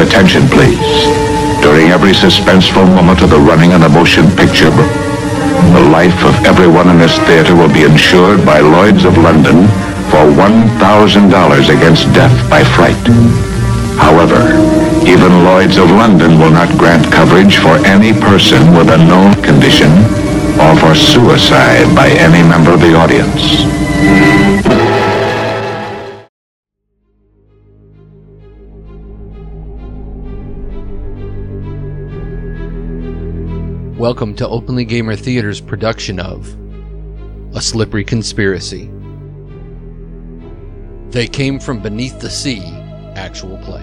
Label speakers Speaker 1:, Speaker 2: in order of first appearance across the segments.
Speaker 1: attention, please. During every suspenseful moment of the running of the motion picture, the life of everyone in this theater will be insured by Lloyd's of London for $1,000 against death by fright. However, even Lloyd's of London will not grant coverage for any person with a known condition or for suicide by any member of the audience.
Speaker 2: Welcome to Openly Gamer Theater's production of A Slippery Conspiracy. They came from beneath the sea, actual play.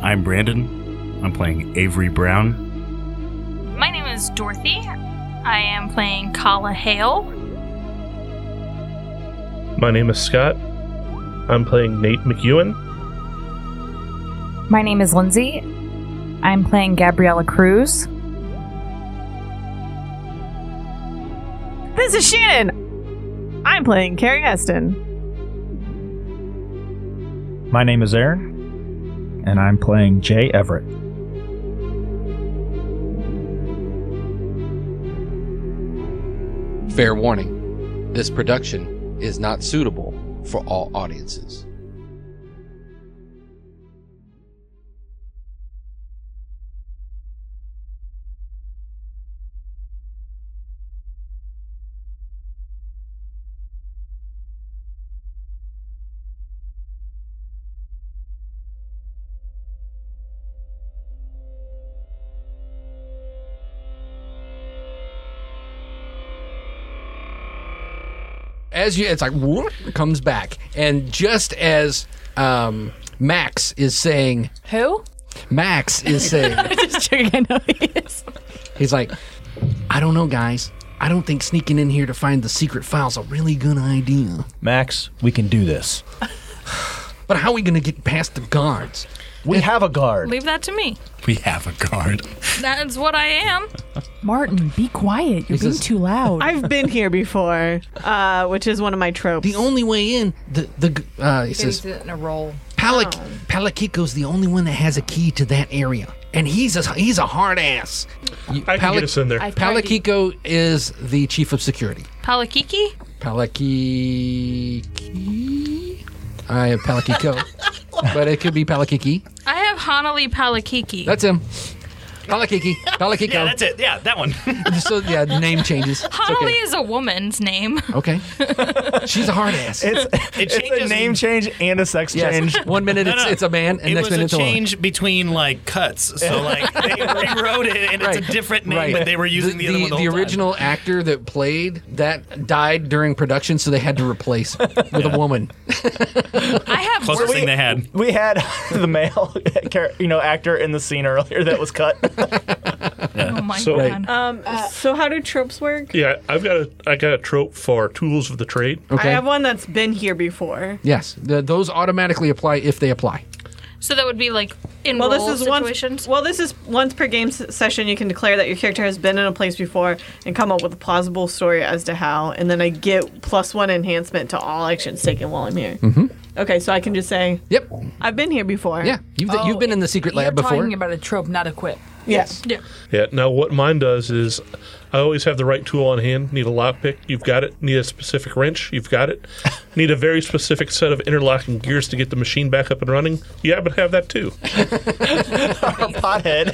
Speaker 3: I'm Brandon. I'm playing Avery Brown.
Speaker 4: My name is Dorothy. I am playing Kala Hale.
Speaker 5: My name is Scott. I'm playing Nate McEwen.
Speaker 6: My name is Lindsay. I'm playing Gabriela Cruz.
Speaker 7: This is Shannon. I'm playing Carrie Heston.
Speaker 8: My name is Aaron, and I'm playing Jay Everett.
Speaker 2: Fair warning this production is not suitable for all audiences. as you it's like whoop, it comes back and just as um max is saying
Speaker 7: Who?
Speaker 2: max is saying
Speaker 7: Just checking. I know he is.
Speaker 2: he's like i don't know guys i don't think sneaking in here to find the secret file's a really good idea
Speaker 9: Max, we can do this.
Speaker 2: but how are we gonna get past the guards
Speaker 9: We have a guard.
Speaker 4: Leave that to me.
Speaker 3: We have a guard.
Speaker 4: That is what I am.
Speaker 10: Martin, be quiet. You're being
Speaker 2: says-
Speaker 10: too loud.
Speaker 7: I've been here before, uh, which is one of my tropes.
Speaker 2: the only way in the the uh he says
Speaker 10: in a roll.
Speaker 2: Palak- Palakiko's the only one that has a key to that area, and he's a he's a hard ass. You-
Speaker 5: I can get us in there.
Speaker 10: I've tried to-
Speaker 2: Palakiko is the chief of security.
Speaker 4: Palakiki?
Speaker 2: Palakiki. I have Palakiko, but it could be Palakiki.
Speaker 4: I have Hanali Palakiki.
Speaker 2: That's him. Palakiki. Palakiko.
Speaker 3: Yeah, that's it. Yeah, that one.
Speaker 2: So yeah, the name changes. It's
Speaker 4: Hanali
Speaker 2: okay.
Speaker 4: is a woman's name.
Speaker 2: Okay. She's a hard ass.
Speaker 8: It's,
Speaker 3: It
Speaker 8: it's a
Speaker 3: changes-
Speaker 8: name change and a sex
Speaker 2: Yes.
Speaker 8: change.
Speaker 2: One minute
Speaker 3: No,
Speaker 2: it's,
Speaker 3: no.
Speaker 2: it's a man, and
Speaker 3: it
Speaker 2: next
Speaker 3: was
Speaker 2: minute it's
Speaker 3: a
Speaker 2: a woman.
Speaker 3: change between like cuts, so like they rewrote it and
Speaker 2: Right.
Speaker 3: it's a different name,
Speaker 2: Right.
Speaker 3: but they were using the, other one the, whole time.
Speaker 2: original actor that played that died during production, so they had to replace with a woman.
Speaker 4: I have
Speaker 3: closest
Speaker 4: work-
Speaker 3: thing they had.
Speaker 8: We had the male, char- you know, actor in the scene earlier that was cut.
Speaker 4: Oh my
Speaker 5: So-
Speaker 4: god.
Speaker 7: Um, so how do tropes work?
Speaker 5: Yeah, I've got a I got a trope for tools of the trade.
Speaker 2: Okay.
Speaker 7: I have one that's been here before.
Speaker 2: Yes, the, those automatically apply if they apply.
Speaker 4: so that would be like in
Speaker 7: Well, this
Speaker 4: role
Speaker 7: is
Speaker 4: situations.
Speaker 7: once. Well, this is once per game s- session. You can declare that your character has been in a place before and come up with a plausible story as to how, and then I get plus one enhancement to all actions taken while I'm here. Mm-hmm. Okay, so I can just say
Speaker 2: Yep.
Speaker 7: I've been here before.
Speaker 2: Yeah, you've you've been in the secret
Speaker 10: You're
Speaker 2: lab before.
Speaker 10: talking about a trope, not a quip.
Speaker 7: Yes.
Speaker 5: Yeah. Now what mine does is, I always have the right tool on hand. Need a lockpick, you've got it. Need a specific wrench, you've got it. Need a very specific set of interlocking gears to get the machine back up and running. You happen to have that too.
Speaker 8: Pothead.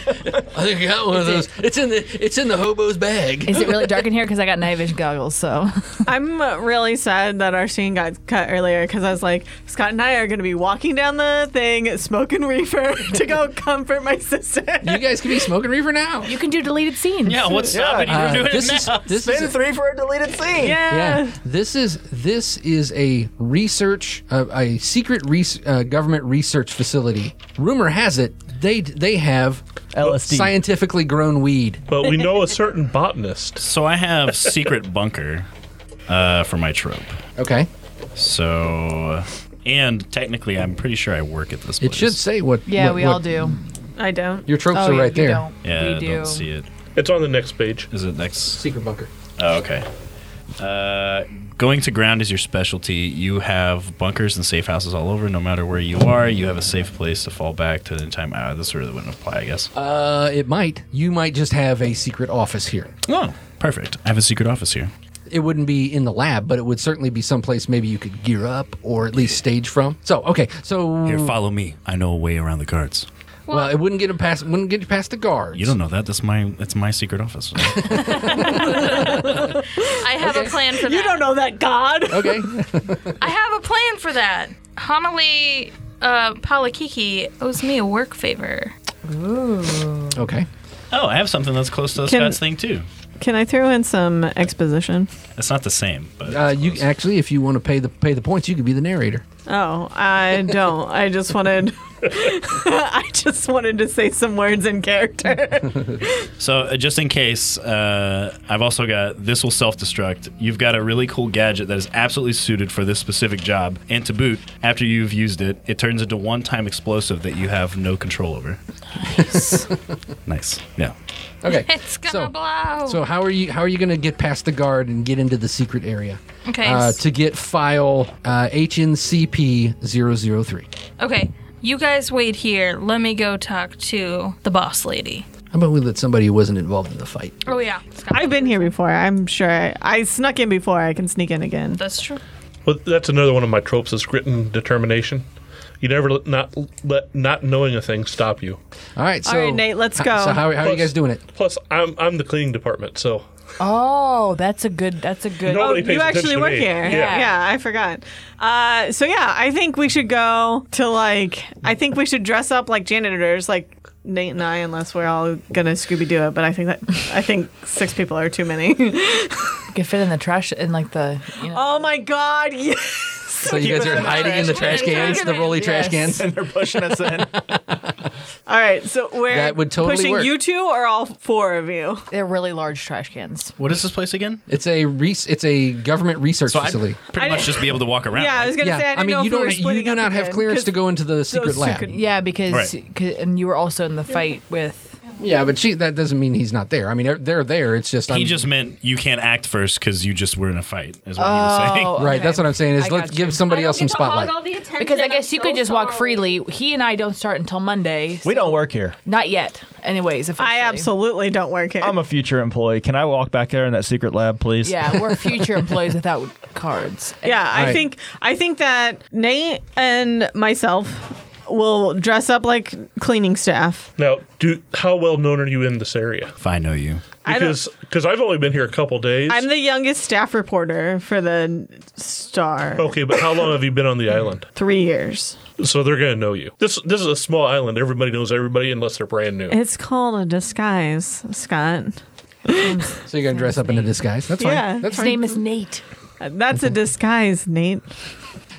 Speaker 2: I think I got one of those. It's in the it's in the hobo's bag.
Speaker 10: Is it really dark in here? Because I got night vision goggles, so.
Speaker 7: I'm uh, really sad that our scene got cut earlier because I was like, Scott and I are going to be walking down the thing, smoking reefer to go comfort my sister.
Speaker 2: You guys can be smoking reefer now.
Speaker 10: You can do deleted scenes.
Speaker 3: Yeah, what's stopping you
Speaker 2: Uh,
Speaker 3: from doing
Speaker 2: this
Speaker 3: it
Speaker 2: is
Speaker 3: now?
Speaker 2: this
Speaker 8: Spin
Speaker 2: is
Speaker 8: three for a deleted scene.
Speaker 7: yeah.
Speaker 2: yeah. This is this is a research uh, a secret res- uh, government research facility. Rumor has it they they have
Speaker 8: LSD.
Speaker 2: scientifically grown weed.
Speaker 5: But we know a certain botanist.
Speaker 3: So I have secret bunker uh, for my trope.
Speaker 2: Okay.
Speaker 3: So and technically, I'm pretty sure I work at this.
Speaker 2: It should say what.
Speaker 10: Yeah,
Speaker 2: what-
Speaker 10: we
Speaker 2: what-
Speaker 10: all do.
Speaker 7: I don't.
Speaker 2: Your tropes
Speaker 10: Oh,
Speaker 2: are
Speaker 10: you-
Speaker 2: right
Speaker 10: you
Speaker 2: there.
Speaker 10: Don't.
Speaker 3: Yeah,
Speaker 10: we
Speaker 3: I
Speaker 10: do.
Speaker 3: don't see it.
Speaker 5: It's on the next page.
Speaker 3: Is it next?
Speaker 2: Secret bunker.
Speaker 3: Oh, okay. Uh, going to ground is your specialty. You have bunkers and safe houses all over. No matter where you are, you have a safe place to fall back to any time. Uh, this really wouldn't apply, I guess.
Speaker 2: Uh, it might. You might just have a secret office here.
Speaker 3: oh, perfect. I have a secret office here.
Speaker 2: It wouldn't be in the lab, but it would certainly be someplace maybe you could gear up or at least stage from. So okay, so
Speaker 3: Here, follow me. I know a way around the guards.
Speaker 2: well, it wouldn't get him past. Wouldn't get you past the guards.
Speaker 3: You don't know that. That's my. That's my secret office.
Speaker 4: I have a plan for that.
Speaker 7: You don't know that God.
Speaker 2: Okay.
Speaker 4: I have a plan for that. Homily uh, Palakiki owes me a work favor.
Speaker 2: okay.
Speaker 3: oh, I have something that's close to the
Speaker 7: Can-
Speaker 3: Scots thing too.
Speaker 7: Can I throw in some exposition?
Speaker 3: It's not the same, but
Speaker 2: Uh,
Speaker 3: it's
Speaker 2: you
Speaker 3: close.
Speaker 2: actually, if you want to pay the pay the points, you could be the narrator.
Speaker 7: Oh, I don't. I just wanted. I just wanted to say some words in character.
Speaker 3: So, uh, just in case, uh, I've also got this will self destruct. You've got a really cool gadget that is absolutely suited for this specific job. And to boot, after you've used it, it turns into one time explosive that you have no control over. Nice. nice. Yeah.
Speaker 2: Okay.
Speaker 4: It's gonna
Speaker 2: so,
Speaker 4: blow.
Speaker 2: So how are you how are you going to get past the guard and get into the secret area?
Speaker 4: okay.
Speaker 2: Uh,
Speaker 4: s-
Speaker 2: to get file uh, HNCP 003.
Speaker 4: okay. You guys wait here. Let me go talk to the boss lady.
Speaker 2: How about we let somebody who wasn't involved in the fight?
Speaker 4: Oh yeah, Scott.
Speaker 7: I've been here before. I'm sure. I, I snuck in before. I can sneak in again.
Speaker 4: That's true.
Speaker 5: Well, that's another one of my tropes is grit and determination. You never let not let not knowing a thing stop you.
Speaker 2: All right. So
Speaker 7: All right, Nate, let's
Speaker 2: ho-
Speaker 7: go.
Speaker 2: So how, how are you
Speaker 5: Plus-
Speaker 2: guys doing it?
Speaker 5: Plus, I'm I'm the cleaning department, so
Speaker 10: Oh, that's a good. That's a good.
Speaker 5: Nobody pays
Speaker 7: Oh, you
Speaker 5: attention
Speaker 7: actually
Speaker 5: to
Speaker 7: work
Speaker 5: me.
Speaker 7: here.
Speaker 5: Yeah.
Speaker 7: Yeah. I forgot. Uh, so yeah, I think we should go to like. I think we should dress up like janitors, like Nate and I, unless we're all gonna Scooby Doo it. But I think that I think six people are too many.
Speaker 10: Could fit in the trash in like the. You know.
Speaker 7: oh my god! Yes.
Speaker 2: So you guys are hiding in the trash cans, the rolly trash cans.
Speaker 8: and they're pushing us in.
Speaker 7: All right, so we're
Speaker 2: That would totally
Speaker 7: pushing
Speaker 2: work.
Speaker 7: you two or all four of you.
Speaker 10: They're really large trash cans.
Speaker 3: What is this place again?
Speaker 2: It's a re- it's a government research
Speaker 3: So I'd
Speaker 2: facility.
Speaker 3: pretty
Speaker 7: I
Speaker 3: much
Speaker 7: didn't-
Speaker 3: just be able to walk around.
Speaker 7: Yeah, I
Speaker 3: right?
Speaker 7: was gonna
Speaker 2: yeah,
Speaker 7: say I, didn't
Speaker 2: mean
Speaker 7: know
Speaker 2: you
Speaker 7: if we were
Speaker 2: don't you
Speaker 7: splitting
Speaker 2: do
Speaker 7: up
Speaker 2: not have
Speaker 7: again,
Speaker 2: clearance
Speaker 7: 'cause
Speaker 2: to go into the secret
Speaker 7: two
Speaker 2: lab.
Speaker 7: could-
Speaker 10: Yeah, because
Speaker 3: Right.
Speaker 10: c- and you were also in the fight with.
Speaker 2: Yeah, but she that doesn't mean he's not there. I mean they're, they're there. It's just
Speaker 3: He
Speaker 2: I'm-
Speaker 3: just meant you can't act first because you just were in a fight, is what he was saying.
Speaker 10: Oh,
Speaker 2: right.
Speaker 10: okay.
Speaker 2: That's what I'm saying is
Speaker 10: I
Speaker 2: let's
Speaker 10: got
Speaker 2: give
Speaker 10: you.
Speaker 2: somebody else some spotlight.
Speaker 10: Because I guess you could just walk freely. He and I don't start until Monday.
Speaker 9: We don't work here.
Speaker 10: Not yet. Anyways, if
Speaker 7: I absolutely don't work here.
Speaker 8: I'm a future employee. Can I walk back there in that secret lab, please?
Speaker 10: Yeah, we're future employees without cards.
Speaker 7: yeah, I
Speaker 2: right.
Speaker 7: think I think that Nate and myself will dress up like cleaning staff.
Speaker 5: now do how well known are you in this area?
Speaker 3: If I know you.
Speaker 7: I don't-
Speaker 5: Because because I've only been here a couple days.
Speaker 7: I'm the youngest staff reporter for the Star.
Speaker 3: Oh.
Speaker 5: okay, but how long have you been on the island?
Speaker 7: Three years.
Speaker 5: So they're gonna know you. This this is a small island. Everybody knows everybody unless they're brand new.
Speaker 7: It's called a disguise, Scott.
Speaker 2: So you're gonna dress up in a disguise. That's fine.
Speaker 7: Yeah.
Speaker 10: His
Speaker 2: That's fine.
Speaker 10: name is Nate. Oh.
Speaker 7: Uh, That's a disguise, Nate.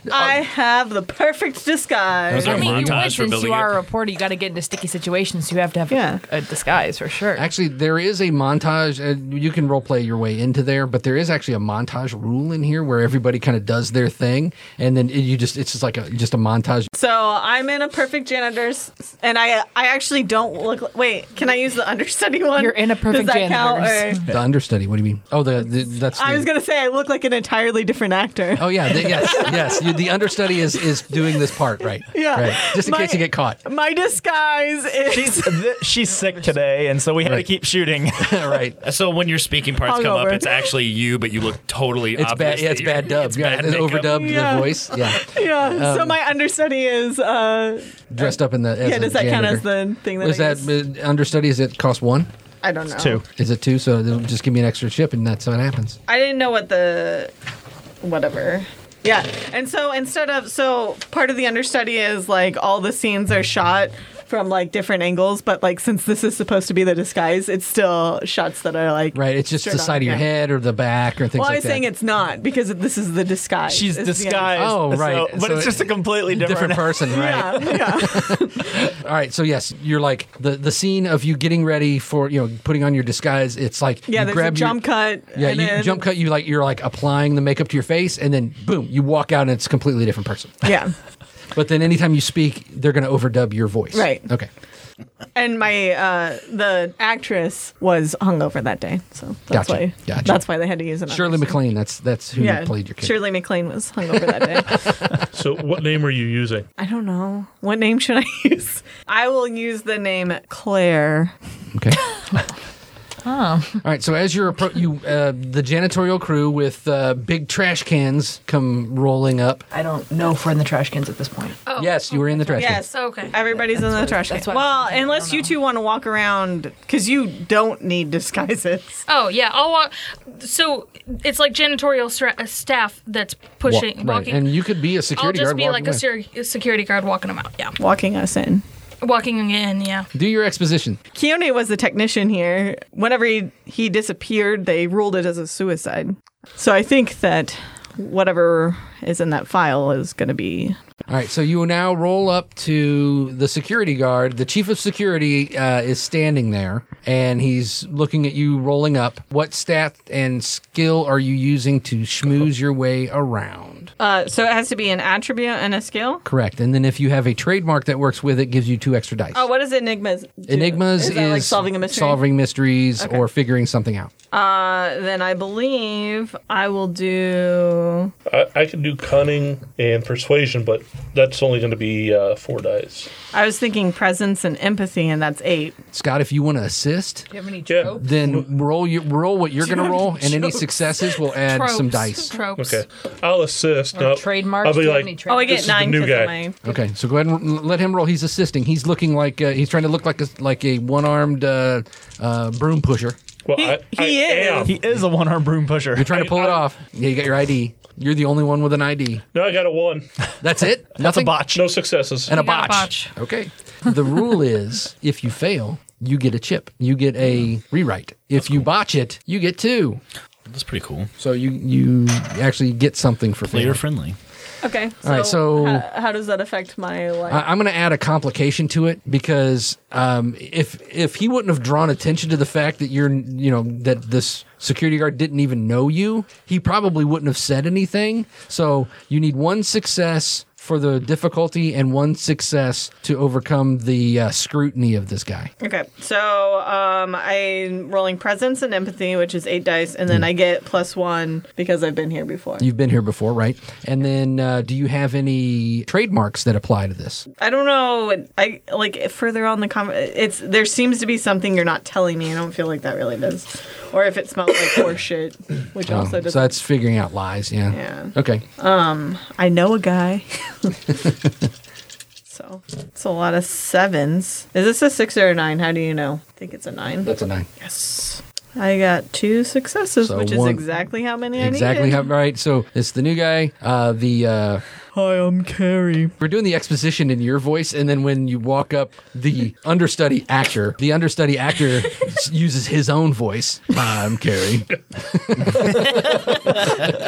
Speaker 7: I have the perfect disguise.
Speaker 3: Those
Speaker 10: I
Speaker 3: are
Speaker 10: mean, you
Speaker 3: montage
Speaker 10: would
Speaker 3: for
Speaker 10: since
Speaker 3: building
Speaker 10: you are
Speaker 3: it.
Speaker 10: a reporter. You got to get into sticky situations. So you have to have
Speaker 7: Yeah.
Speaker 10: a, a disguise for sure.
Speaker 2: Actually, there is a montage. Uh, you can role play your way into there, but there is actually a montage rule in here where everybody kind of does their thing, and then it, you just—it's just like a just a montage.
Speaker 7: So I'm in a perfect janitor's, and I I actually don't look. Wait, can I use the understudy one?
Speaker 10: You're in a perfect
Speaker 7: Does that
Speaker 10: janitor's.
Speaker 7: Count, or-
Speaker 2: The understudy. What do you mean? Oh, the, the that's.
Speaker 7: I
Speaker 2: the-
Speaker 7: was gonna say I look like an entirely different actor.
Speaker 2: Oh yeah, the, yes, yes. You, the understudy is is doing this part right.
Speaker 7: Yeah.
Speaker 2: Right. Just in
Speaker 7: My-
Speaker 2: case you get caught.
Speaker 7: My disguise is
Speaker 8: She's th- she's sick today, and so we had to
Speaker 2: Right.
Speaker 8: keep shooting.
Speaker 2: right.
Speaker 3: So when your speaking parts come up,
Speaker 7: Hungover.
Speaker 3: it's actually you, but you look totally
Speaker 2: It's bad.
Speaker 3: obvious
Speaker 2: Yeah,
Speaker 3: that
Speaker 2: it's
Speaker 3: you're-
Speaker 2: bad dub. yeah,
Speaker 3: bad
Speaker 2: it's
Speaker 3: makeup.
Speaker 2: overdubbed
Speaker 7: Yeah.
Speaker 2: the voice. Yeah,
Speaker 7: yeah. so my understudy is uh
Speaker 2: dressed up in the. um, As
Speaker 7: yeah.
Speaker 2: a
Speaker 7: Does that count
Speaker 2: janitor.
Speaker 7: as the thing that
Speaker 2: Was
Speaker 7: I
Speaker 2: that
Speaker 7: use?
Speaker 2: uh, understudy? Is it cost one?
Speaker 7: I don't know.
Speaker 8: Two.
Speaker 2: Is it two? So they'll just give me an extra chip, and that's how it happens.
Speaker 7: I didn't know what the whatever. Yeah. And so instead of so part of the understudy is like all the scenes are shot from like different angles, but like since this is supposed to be the disguise, it's still shots that are like
Speaker 2: Right, it's just
Speaker 7: straight
Speaker 2: the
Speaker 7: on,
Speaker 2: side of your
Speaker 7: yeah.
Speaker 2: head or the back or things
Speaker 7: Well, I
Speaker 2: like
Speaker 7: was
Speaker 2: that.
Speaker 7: saying it's not because this is the disguise.
Speaker 8: She's
Speaker 7: It's the
Speaker 8: disguised.
Speaker 2: Oh,
Speaker 8: so-
Speaker 2: right.
Speaker 8: but
Speaker 2: So
Speaker 8: it's just
Speaker 2: it-
Speaker 8: a completely different.
Speaker 2: different person, right?
Speaker 7: under- Yeah, yeah.
Speaker 2: All right, so yes, you're like the the scene of you getting ready for you know putting on your disguise. It's like
Speaker 7: Yeah,
Speaker 2: you
Speaker 7: there's a
Speaker 2: grab your-
Speaker 7: jump cut.
Speaker 2: Yeah,
Speaker 7: and
Speaker 2: you
Speaker 7: then-
Speaker 2: jump cut. You like you're like applying the makeup to your face, and then boom, you walk out and it's a completely different person.
Speaker 7: Yeah.
Speaker 2: But then anytime you speak, they're going to overdub your voice.
Speaker 7: Right.
Speaker 2: Okay.
Speaker 7: And my uh, the actress was hungover that day, so that's
Speaker 2: Gotcha.
Speaker 7: why
Speaker 2: Gotcha.
Speaker 7: that's why they had to use an
Speaker 2: Shirley MacLaine. That's that's who
Speaker 7: yeah,
Speaker 2: played your character.
Speaker 7: Shirley MacLaine was hungover that day.
Speaker 5: So, what name are you using?
Speaker 7: I don't know what name should I use. I will use the name Claire.
Speaker 2: Okay. All right. So as you're appro- you uh, the janitorial crew with uh, big trash cans come rolling up.
Speaker 11: I don't know if we're in the trash cans at this point.
Speaker 2: yes, you were in the trash.
Speaker 7: Yes.
Speaker 4: Oh, Okay.
Speaker 7: Everybody's in the trash can.
Speaker 11: that's what
Speaker 7: Well, unless you two want to walk around, because you don't need disguises.
Speaker 4: Oh yeah, I'll walk. So it's like janitorial stra- uh, staff that's pushing,
Speaker 2: Wa- right,
Speaker 4: walking.
Speaker 2: and you could be a security
Speaker 4: I'll just
Speaker 2: guard
Speaker 4: be
Speaker 2: walking
Speaker 4: like
Speaker 2: away.
Speaker 4: a, ser- a security guard walking them out. Yeah,
Speaker 7: Walking us in.
Speaker 4: walking in. Yeah.
Speaker 2: Do your exposition.
Speaker 7: Keone was the technician here. Whenever he, he disappeared, they ruled it as a suicide. So I think that whatever is in that file is going to be.
Speaker 2: All right, so you now roll up to the security guard. The chief of security uh, is standing there, and he's looking at you rolling up. What stat and skill are you using to schmooze your way around?
Speaker 7: Uh, so it has to be an attribute and a skill.
Speaker 2: Correct. And then if you have a trademark that works with it, gives you two extra dice.
Speaker 7: Oh, what is Enigmas? do?
Speaker 2: Enigmas is,
Speaker 7: is, that like solving a mystery.
Speaker 2: solving mysteries,
Speaker 7: Okay.
Speaker 2: or figuring something out.
Speaker 7: Uh, then I believe I will do.
Speaker 5: I, I can do cunning and persuasion, but that's only going to be uh, four dice.
Speaker 7: I was thinking presence and empathy, and that's eight.
Speaker 2: Scott, if you want to assist,
Speaker 7: Do you have any
Speaker 10: Oh.
Speaker 5: jokes?
Speaker 2: then roll your, roll what you're
Speaker 5: Do you
Speaker 2: going to
Speaker 5: have
Speaker 2: roll,
Speaker 5: any
Speaker 2: and any
Speaker 5: jokes?
Speaker 2: successes will add some dice.
Speaker 5: Okay, I'll assist.
Speaker 2: Or
Speaker 5: No,
Speaker 2: trademarks?
Speaker 5: I'll
Speaker 2: Do
Speaker 5: be
Speaker 2: you have
Speaker 5: like,
Speaker 2: any trademarks? Oh, I get
Speaker 5: this is the
Speaker 2: nine
Speaker 5: new
Speaker 2: 'cause of
Speaker 5: guy.
Speaker 2: my- Okay, so go ahead and l- let him roll. He's assisting. He's looking like uh, he's trying to look like a, like a one-armed uh, uh, broom pusher.
Speaker 5: Well, I, he I is. am.
Speaker 2: He is a one-armed broom pusher. You're trying to pull it off. Yeah, you got your ID. You're the only one with an ID.
Speaker 5: No, I got a one.
Speaker 2: That's it. Nothing.
Speaker 5: botch. No successes.
Speaker 2: And a botch. Okay. The rule is if you fail, you get a chip. You get a rewrite. If you botch it, you get two.
Speaker 3: That's pretty cool.
Speaker 2: So you you actually get something for
Speaker 3: Player
Speaker 2: failing.
Speaker 3: friendly.
Speaker 7: Okay.
Speaker 2: All right, so-
Speaker 7: ho- how, does that affect my life?
Speaker 2: I, I'm going to add a complication to it because um, if if he wouldn't have drawn attention to the fact that you're you know that this security guard didn't even know you, he probably wouldn't have said anything. So you need one success for the difficulty and one success to overcome the uh, scrutiny of this guy.
Speaker 7: Uh, Okay, so um, I'm rolling presence and empathy, which is eight dice, and then I get plus one because I've been here before.
Speaker 2: You've been here before, right? And then, uh, do you have any trademarks that apply to this?
Speaker 7: I don't know. I like further on the com. It's there seems to be something you're not telling me. I don't feel like that really does, or if it smells like horse shit, which
Speaker 2: Oh,
Speaker 7: also does.
Speaker 2: so that's figuring out lies. Yeah.
Speaker 7: Yeah.
Speaker 2: Okay.
Speaker 7: um, I know a guy. so it's a lot of sevens. Is this a six or a nine? How do you know? I think it's a nine.
Speaker 2: That's a nine.
Speaker 7: Yes. I got two successes,
Speaker 2: So
Speaker 7: which is
Speaker 2: one-
Speaker 7: exactly how many I
Speaker 2: Exactly.
Speaker 7: needed.
Speaker 2: How, right. So it's the new guy. Uh, the. Uh, Hi, I'm Carrie. We're doing the exposition in your voice, and then when you walk up, the understudy actor, the understudy actor s- uses his own voice. Hi, I'm Carrie.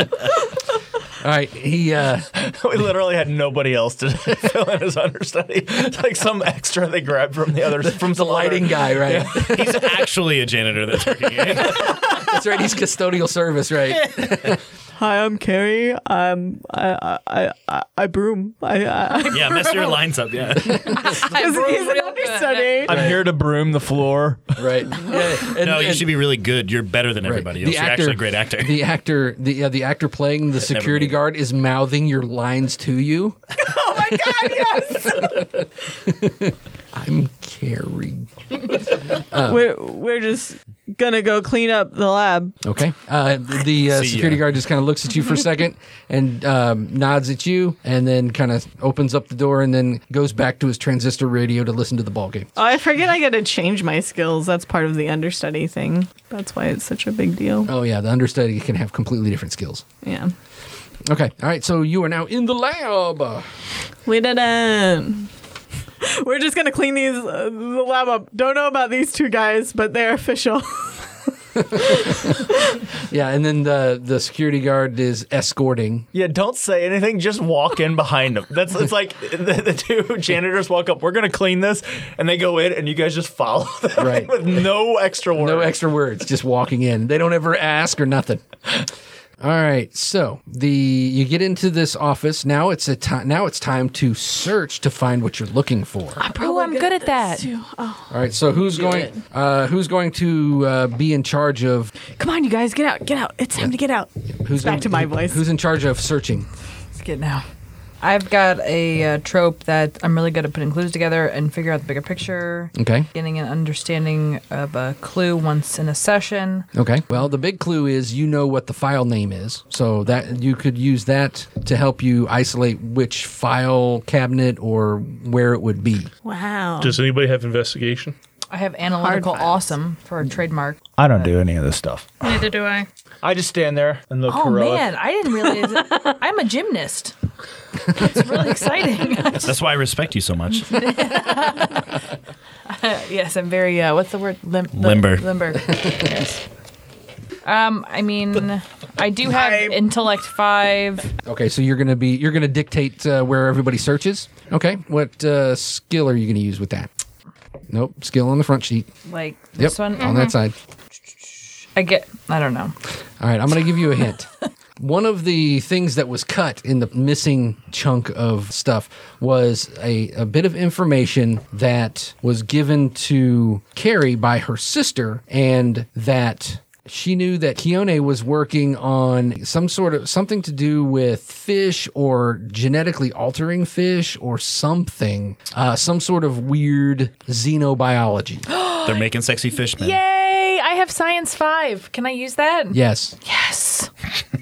Speaker 2: All right, he. Uh,
Speaker 8: we literally had nobody else to fill in his understudy. It's like some extra they grabbed from the others from the
Speaker 2: lighting guy, right?
Speaker 3: He's actually a janitor that's working here.
Speaker 2: That's right. He's custodial service, right?
Speaker 7: Hi, I'm Carrie. Um, I, I, I, I broom. I, I,
Speaker 3: Yeah, mess your lines up. Yeah.
Speaker 7: He's an understudy.
Speaker 8: I'm here to broom the floor.
Speaker 2: Right.
Speaker 3: no, you should be really good. You're better than everybody else.
Speaker 2: The
Speaker 3: You're
Speaker 2: actor-
Speaker 3: actually a great actor.
Speaker 2: The actor, the yeah, the actor playing the security guard is mouthing your lines to you. I'm Carrie. Uh,
Speaker 7: we're we're just gonna go clean up the lab.
Speaker 2: Okay. Uh, the uh,
Speaker 7: See ya.
Speaker 2: security guard just kind of looks at you for a second and um, nods at you, and then kind of opens up the door, and then goes back to his transistor radio to listen to the ball game.
Speaker 7: Oh, I forget I gotta change my skills. That's part of the understudy thing. That's why it's such a big deal.
Speaker 2: Oh yeah, the understudy can have completely different skills.
Speaker 7: Yeah.
Speaker 2: Okay. All right. So you are now in the lab.
Speaker 7: We didn't. We're just gonna clean these uh, the lab up. Don't know about these two guys, but they're official.
Speaker 2: Yeah, and then the the security guard is escorting
Speaker 8: Yeah, don't say anything. Just walk in behind them. That's it's like the, the two janitors walk up. We're gonna clean this, and they go in, and you guys just follow them
Speaker 2: Right.
Speaker 8: with no extra words.
Speaker 2: No extra words, just walking in. They don't ever ask or nothing. All right, so the you get into this office now. It's a ti now it's time to search to find what you're looking for.
Speaker 10: Oh, I'm good at that.
Speaker 7: Oh.
Speaker 2: All right, so who's going? Uh, who's going to uh, be in charge of?
Speaker 7: Come on, you guys, get out, get out. It's time to get out.
Speaker 2: Who's
Speaker 7: back
Speaker 2: in-
Speaker 7: to my voice?
Speaker 2: Who's in charge of searching?
Speaker 11: Let's get now. I've got a uh, trope that I'm really good at putting clues together and figure out the bigger picture.
Speaker 2: Okay.
Speaker 11: Getting an understanding of a clue once in a session.
Speaker 2: Okay. Well, the big clue is you know what the file name is, so that you could use that to help you isolate which file cabinet or where it would be.
Speaker 7: Wow.
Speaker 5: Does anybody have investigation?
Speaker 11: I have analytical awesome for a trademark.
Speaker 9: I don't do any of this stuff.
Speaker 4: Neither do I.
Speaker 8: I just stand there and look
Speaker 11: oh
Speaker 8: heroic.
Speaker 11: man, I didn't realize I'm a gymnast. That's really exciting.
Speaker 3: That's why I respect you so much.
Speaker 11: yes, I'm very. Uh, what's the word? Lim- lim-
Speaker 3: Limber.
Speaker 11: Limber. yes. Um, I mean, I do have intellect five.
Speaker 2: Okay, so you're gonna be you're gonna dictate uh, where everybody searches. Okay, what uh, skill are you gonna use with that? Nope, skill on the front sheet.
Speaker 11: Like
Speaker 2: Yep,
Speaker 11: this one Mm-hmm.
Speaker 2: on that side.
Speaker 11: I get. I don't know.
Speaker 2: All right, I'm going to give you a hint. One of the things that was cut in the missing chunk of stuff was a, a bit of information that was given to Carrie by her sister, and that she knew that Keone was working on some sort of something to do with fish or genetically altering fish or something, uh, some sort of weird xenobiology.
Speaker 3: They're making sexy fish men.
Speaker 10: Yay! I have science five. Can I use that?
Speaker 2: Yes.
Speaker 10: Yes.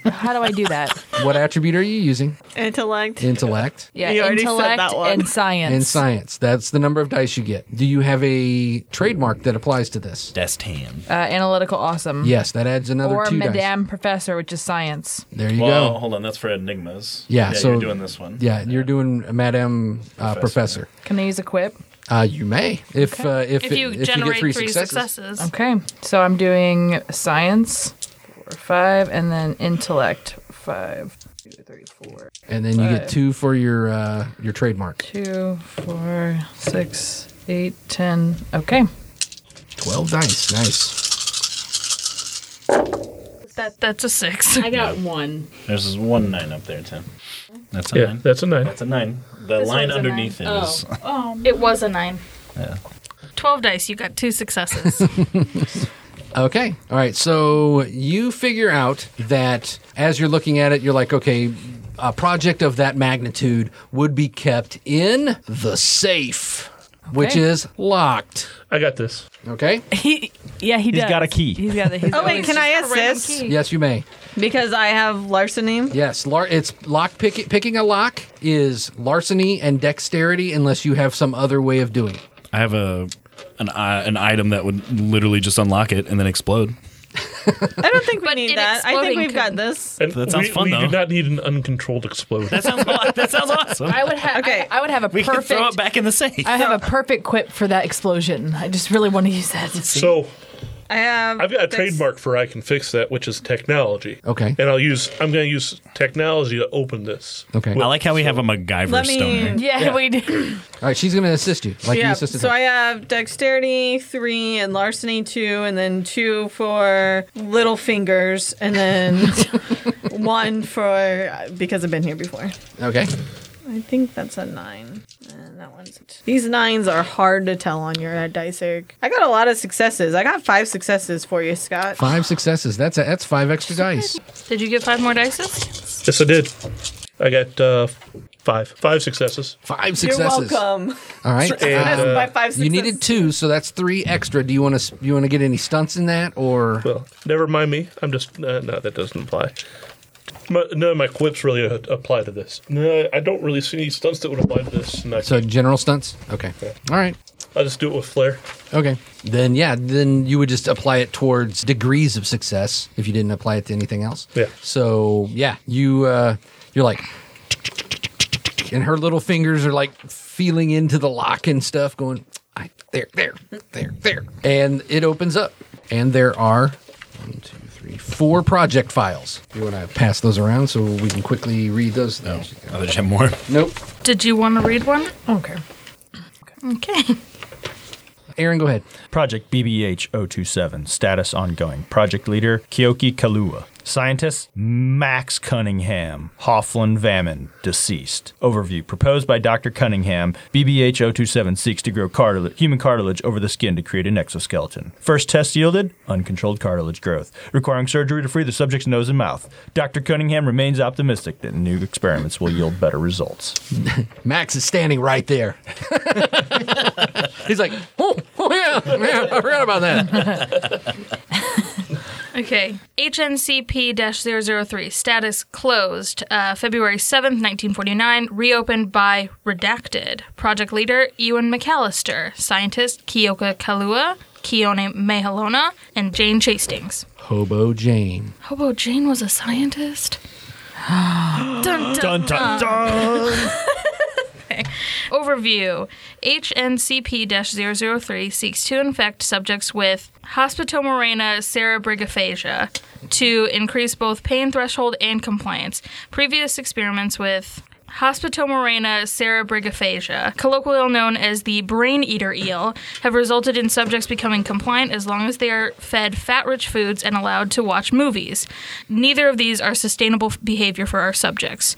Speaker 10: How do I do that?
Speaker 2: What attribute are you using?
Speaker 7: Intellect.
Speaker 2: Intellect.
Speaker 11: Yeah,
Speaker 7: You already said
Speaker 11: intellect
Speaker 7: that one.
Speaker 11: and science.
Speaker 2: In science, that's the number of dice you get. Do you have a trademark that applies to this?
Speaker 3: Destan.
Speaker 11: uh, analytical awesome.
Speaker 2: Yes, that adds another
Speaker 11: or
Speaker 2: two dice.
Speaker 11: Madame Professor, which is science.
Speaker 2: There you
Speaker 3: well,
Speaker 2: go.
Speaker 3: hold on. That's for enigmas.
Speaker 2: Yeah, so
Speaker 3: you're doing this one.
Speaker 2: Yeah, you're doing Madame uh, Professor.
Speaker 11: Can I use equip?
Speaker 2: Uh, you may if uh, if
Speaker 4: If
Speaker 2: it-
Speaker 4: you
Speaker 2: if
Speaker 4: generate
Speaker 2: get three,
Speaker 4: three
Speaker 2: successes.
Speaker 4: successes.
Speaker 11: Okay, so I'm doing science, four, five, and then intellect, five, two, three, four,
Speaker 2: and then you get
Speaker 11: Five.
Speaker 2: two for your uh, your trademark.
Speaker 11: two, four, six, eight, ten. Okay.
Speaker 2: Twelve dice, nice.
Speaker 4: That that's a six.
Speaker 10: I got one.
Speaker 3: There's this one nine up there, Tim. That's a
Speaker 5: Yeah,
Speaker 3: nine.
Speaker 5: that's a nine.
Speaker 3: That's a nine. The line underneath it is.
Speaker 10: Oh.
Speaker 4: It was a nine.
Speaker 3: Yeah.
Speaker 4: Twelve dice. You got two successes.
Speaker 2: Okay. All right. So you figure out that as you're looking at it, you're like, okay, a project of that magnitude would be kept in the safe, which
Speaker 11: Okay.
Speaker 2: is locked.
Speaker 5: I got this.
Speaker 2: Okay.
Speaker 11: He, yeah, he
Speaker 2: He's
Speaker 11: does.
Speaker 2: got a key.
Speaker 11: He's got the. He's
Speaker 7: Oh wait,
Speaker 11: got
Speaker 7: can I
Speaker 4: a random
Speaker 7: assist?
Speaker 4: key.
Speaker 2: Yes, you may.
Speaker 7: Because I have larceny.
Speaker 2: Yes, lar- it's lock pick- picking a lock is larceny and dexterity, unless you have some other way of doing it.
Speaker 3: I have a an i- an item that would literally just unlock it and then explode.
Speaker 7: I don't think we
Speaker 4: But it
Speaker 7: need that. I think
Speaker 4: exploding
Speaker 7: we've got
Speaker 4: could-
Speaker 7: this.
Speaker 5: And
Speaker 3: That sounds
Speaker 5: we,
Speaker 3: fun,
Speaker 5: we
Speaker 3: though.
Speaker 5: do not need an uncontrolled explosion.
Speaker 3: That sounds aw- that sounds awesome.
Speaker 10: I would have.
Speaker 7: Okay.
Speaker 10: I, I would have a
Speaker 3: we
Speaker 10: perfect.
Speaker 3: can throw it back in the safe.
Speaker 10: I have a perfect quip for that explosion. I just really want to use that.
Speaker 5: so
Speaker 7: I have.
Speaker 5: I've got a
Speaker 7: this.
Speaker 5: trademark for I can fix that, which is technology.
Speaker 2: Okay.
Speaker 5: And I'll use. I'm going to use technology to open this.
Speaker 2: Okay.
Speaker 3: I
Speaker 2: All
Speaker 3: like how we have a MacGyver
Speaker 7: Let
Speaker 3: stoner.
Speaker 7: me.
Speaker 10: yeah, we do.
Speaker 2: right. She's going to assist you, like you
Speaker 7: Yeah.
Speaker 2: assisted
Speaker 7: So
Speaker 2: her.
Speaker 7: I have dexterity three and larceny two, and then two for little fingers, and then one for because I've been here before.
Speaker 2: okay.
Speaker 7: I think that's a nine. And that one's. These nines are hard to tell on your dice, Eric. I got a lot of successes. I got five successes for you, Scott.
Speaker 2: Five successes. That's a, that's five extra dice.
Speaker 4: Did you get five more dices?
Speaker 5: Yes, I did. I got uh, five. Five successes.
Speaker 2: Five
Speaker 7: You're
Speaker 2: successes.
Speaker 7: welcome.
Speaker 2: All right. um,
Speaker 5: And,
Speaker 7: That's
Speaker 5: uh,
Speaker 7: my five successes.
Speaker 2: You needed two, so that's three extra. Do you want to you want to get any stunts in that, or
Speaker 5: Well, never mind me. I'm just uh, no. That doesn't apply. My, none of my quips really uh, apply to this. No, I don't really see any stunts that would apply to this. And I,
Speaker 2: so general stunts? Okay, all right,
Speaker 5: I'll just do it with flair.
Speaker 2: okay. Then yeah, then you would just apply it towards degrees of success if you didn't apply it to anything else.
Speaker 5: Yeah.
Speaker 2: So yeah, you uh, you're like, and her little fingers are like feeling into the lock and stuff, going I, there, there, there, there, and it opens up, and there are. one, two, three, Four project files. You want to pass those around so we can quickly read those? No.
Speaker 3: Oh, there's more.
Speaker 2: Nope.
Speaker 4: Did you want to read one?
Speaker 11: Okay.
Speaker 4: Okay.
Speaker 2: Aaron, go ahead.
Speaker 8: oh
Speaker 9: Project BBH 027, status ongoing. Project leader Kyoki Kalua.
Speaker 8: Scientist Max Cunningham, Hofflin Vaman, deceased. Overview proposed by Dr. Cunningham, BBH 0276 seeks to grow cartilage, human cartilage over the skin to create an exoskeleton. First test yielded uncontrolled cartilage growth, requiring surgery to free the subject's nose and mouth. Dr. Cunningham remains optimistic that new experiments will yield better results.
Speaker 2: Max is standing right there. He's like, oh, oh yeah, yeah, I forgot about that.
Speaker 4: Okay. HNCP 003. Status closed. Uh, February 7th, 1949. Reopened by Redacted. Project leader Ewan McAllister. Scientist Kioka Kalua, Keone Mehalona, and Jane Chastings.
Speaker 2: Hobo Jane.
Speaker 4: Hobo Jane was a scientist? dun, dun,
Speaker 2: Dun, dun, dun.
Speaker 4: Okay. Overview HNCP 003 seeks to infect subjects with hospitomorena cerebrigaphagia to increase both pain threshold and compliance. Previous experiments with Hospitomorena cerebrigaphagia, colloquially known as the brain eater eel, have resulted in subjects becoming compliant as long as they are fed fat rich foods and allowed to watch movies. Neither of these are sustainable f- behavior for our subjects.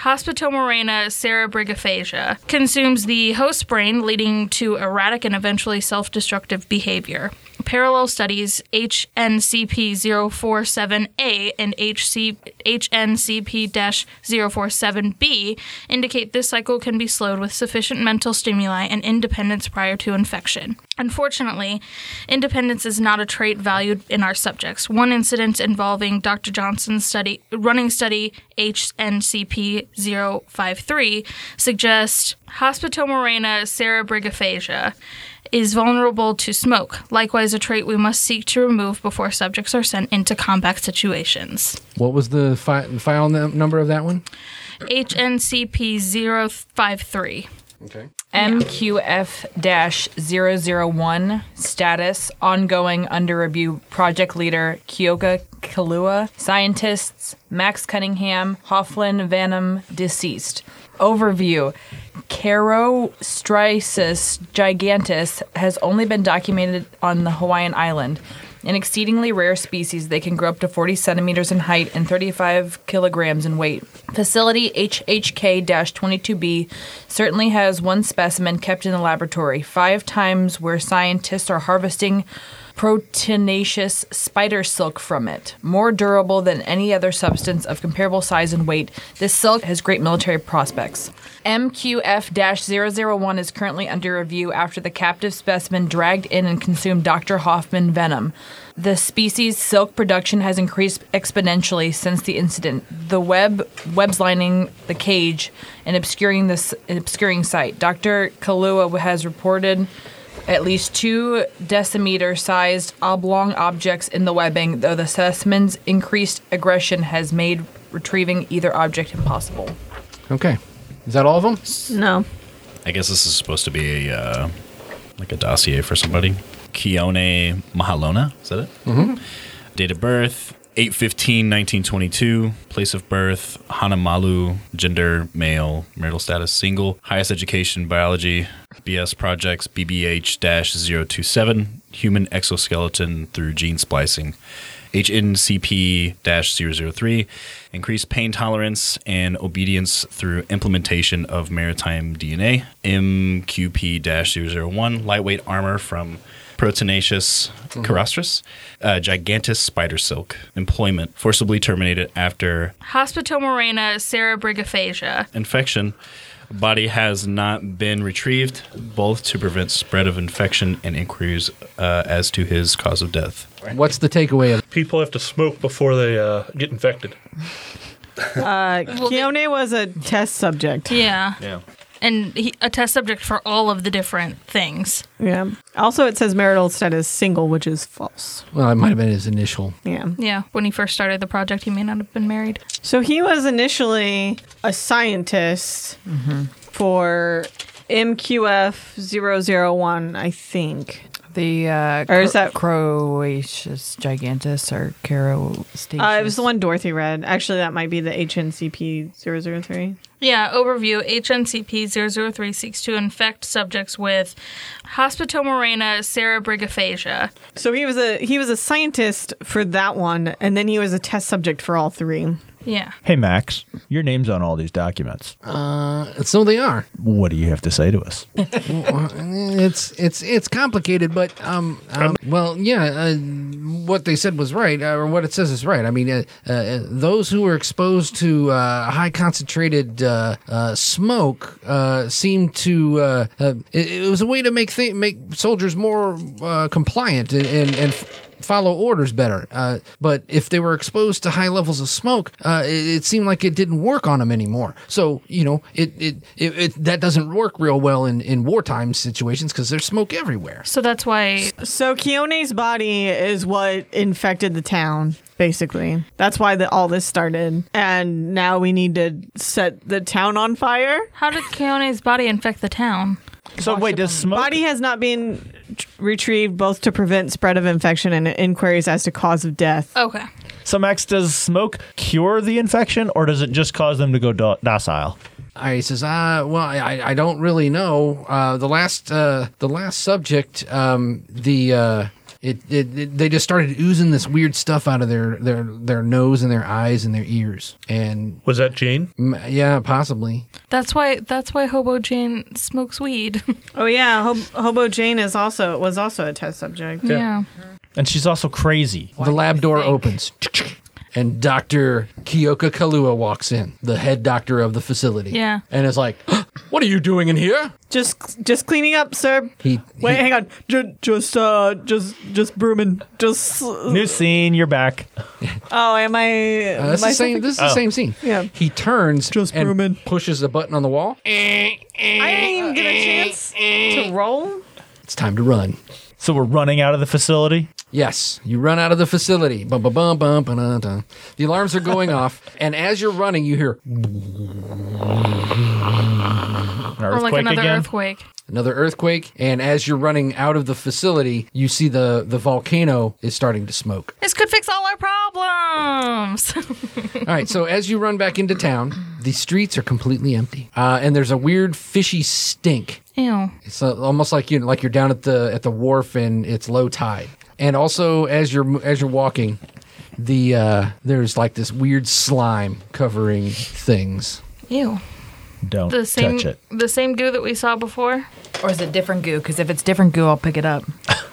Speaker 4: Hospitomorena cerebrigaphagia consumes the host brain, leading to erratic and eventually self destructive behavior. Parallel studies HNCP 047A and HC, HNCP 047B indicate this cycle can be slowed with sufficient mental stimuli and independence prior to infection. Unfortunately, independence is not a trait valued in our subjects. One incident involving Dr. Johnson's study, running study HNCP 053, suggests hospitomorena cerebrigaphagia is vulnerable to smoke, likewise, a trait we must seek to remove before subjects are sent into combat situations.
Speaker 2: What was the fi- file num- number of that one?
Speaker 4: HNCP 053.
Speaker 2: Okay.
Speaker 7: MQF 001 status ongoing under review project leader Kyoka Kalua, scientists Max Cunningham, Hofflin Vanham, deceased. Overview Carostrisis gigantis has only been documented on the Hawaiian island. An exceedingly rare species, they can grow up to 40 centimeters in height and 35 kilograms in weight. Facility HHK 22B certainly has one specimen kept in the laboratory, five times where scientists are harvesting proteinaceous spider silk from it. More durable than any other substance of comparable size and weight, this silk has great military prospects. MQF 001 is currently under review after the captive specimen dragged in and consumed Dr. Hoffman venom. The species' silk production has increased exponentially since the incident. The web webs lining the cage and obscuring this obscuring sight. Dr. Kalua has reported at least two decimeter sized oblong objects in the webbing, though the specimen's increased aggression has made retrieving either object impossible.
Speaker 2: Okay. Is that all of them?
Speaker 7: No.
Speaker 3: I guess this is supposed to be a uh, like a dossier for somebody. Keone Mahalona, is that it?
Speaker 2: Mhm.
Speaker 3: Date of birth 8-15-1922. Place of birth Hanamalu. Gender male. Marital status single. Highest education biology. BS projects BBH 027. Human exoskeleton through gene splicing. HNCP 003, increased pain tolerance and obedience through implementation of maritime DNA. MQP 001, lightweight armor from proteinaceous
Speaker 12: Mhm.
Speaker 3: carostris, uh, gigantus spider silk, employment forcibly terminated after
Speaker 4: Hospitomorena cerebrigaphagia.
Speaker 3: infection. Body has not been retrieved, both to prevent spread of infection and inquiries uh, as to his cause of death.
Speaker 2: What's the takeaway of
Speaker 13: People have to smoke before they uh, get infected.
Speaker 5: Uh, Keone was a test subject.
Speaker 4: Yeah.
Speaker 13: Yeah.
Speaker 4: And he, a test subject for all of the different things.
Speaker 5: Yeah. Also, it says marital status single, which is false.
Speaker 2: Well, it might have been his initial.
Speaker 5: Yeah.
Speaker 4: Yeah. When he first started the project, he may not have been married.
Speaker 5: So he was initially a scientist for MQF 001, I think.
Speaker 7: The uh,
Speaker 5: Or is that-
Speaker 7: Croatius gigantus or Caro
Speaker 5: Uh, it was the one Dorothy read. Actually, that might be the HNCP 003.
Speaker 4: Yeah, overview HNCP 003 seeks to infect subjects with Hospitomorena cerebrigaphagia.
Speaker 7: So he was a he was a scientist for that one, and then he was a test subject for all three.
Speaker 4: Yeah.
Speaker 8: Hey, Max, your name's on all these documents.
Speaker 2: Uh, so they are.
Speaker 8: What do you have to say to us?
Speaker 2: it's it's it's complicated, but um, um well, yeah, uh, what they said was right, uh, or what it says is right. I mean, uh, uh, those who were exposed to uh, high concentrated uh, uh, smoke uh, seemed to uh, uh, it, it was a way to make th- make soldiers more uh, compliant and and. and f- follow orders better. Uh, but if they were exposed to high levels of smoke, uh, it, it seemed like it didn't work on them anymore. So you know, it it, it, it that doesn't work real well in in wartime situations because there's smoke everywhere.
Speaker 4: So that's why.
Speaker 7: So Keone's body is what infected the town, basically. That's why the, all this started, and now we need to set the town on fire.
Speaker 4: How did Keone's body infect the town?
Speaker 8: So wait, does smoke?
Speaker 7: Body has not been t- retrieved both to prevent spread of infection and inquiries as to cause of death.
Speaker 4: Okay.
Speaker 8: So Max, does smoke cure the infection, or does it just cause them to go do- docile?
Speaker 2: I says, ah, well, I, I- I don't really know. Uh, the last uh, the last subject, um, the uh, it, it, it they just started oozing this weird stuff out of their their their nose and their eyes and their ears. And uh,
Speaker 5: was that Jane?
Speaker 2: yeah, possibly.
Speaker 4: That's why. That's why Hobo Jane smokes weed.
Speaker 7: Oh yeah, Hob- Hobo Jane is also was also a test subject.
Speaker 4: Yeah.
Speaker 8: And she's also crazy.
Speaker 2: the lab door opens, and Doctor Kyoka Kalua walks in, the head doctor of the facility.
Speaker 7: Yeah.
Speaker 2: and is like, "What are you doing in here?"
Speaker 7: Just just cleaning up, sir.
Speaker 2: He
Speaker 7: Wait, hang on. Just just uh just just brooming. Just uh,
Speaker 8: New scene, you're back.
Speaker 7: Oh, am I?
Speaker 2: Uh, this,
Speaker 7: am I
Speaker 2: is the same,
Speaker 7: something-
Speaker 2: this is the same scene.
Speaker 7: Yeah.
Speaker 2: He turns and pushes the button on the wall.
Speaker 7: I didn't even get a chance
Speaker 8: Eh,
Speaker 7: to roll.
Speaker 2: It's time to run.
Speaker 8: So we're running out of the facility.
Speaker 2: Yes, you run out of the facility. Bum, bum, bum, bum, ba, da, da. The alarms are going off, and as you're running, you hear
Speaker 4: or like another earthquake.
Speaker 2: another earthquake. And as you're running out of the facility, you see the, the volcano is starting to smoke.
Speaker 4: This could fix all our problems.
Speaker 2: All right, so as you run back into town, the streets are completely empty, uh, and there's a weird fishy stink.
Speaker 4: Ew.
Speaker 2: It's uh almost like you like you're down at the at the wharf and it's low tide. And also, as you're mo- as you're walking, the uh, there's like this weird slime covering things.
Speaker 4: Ew.
Speaker 8: Don't
Speaker 4: The same. The same goo that we saw before.
Speaker 11: Or is it different goo? Because if it's different goo, I'll pick it up.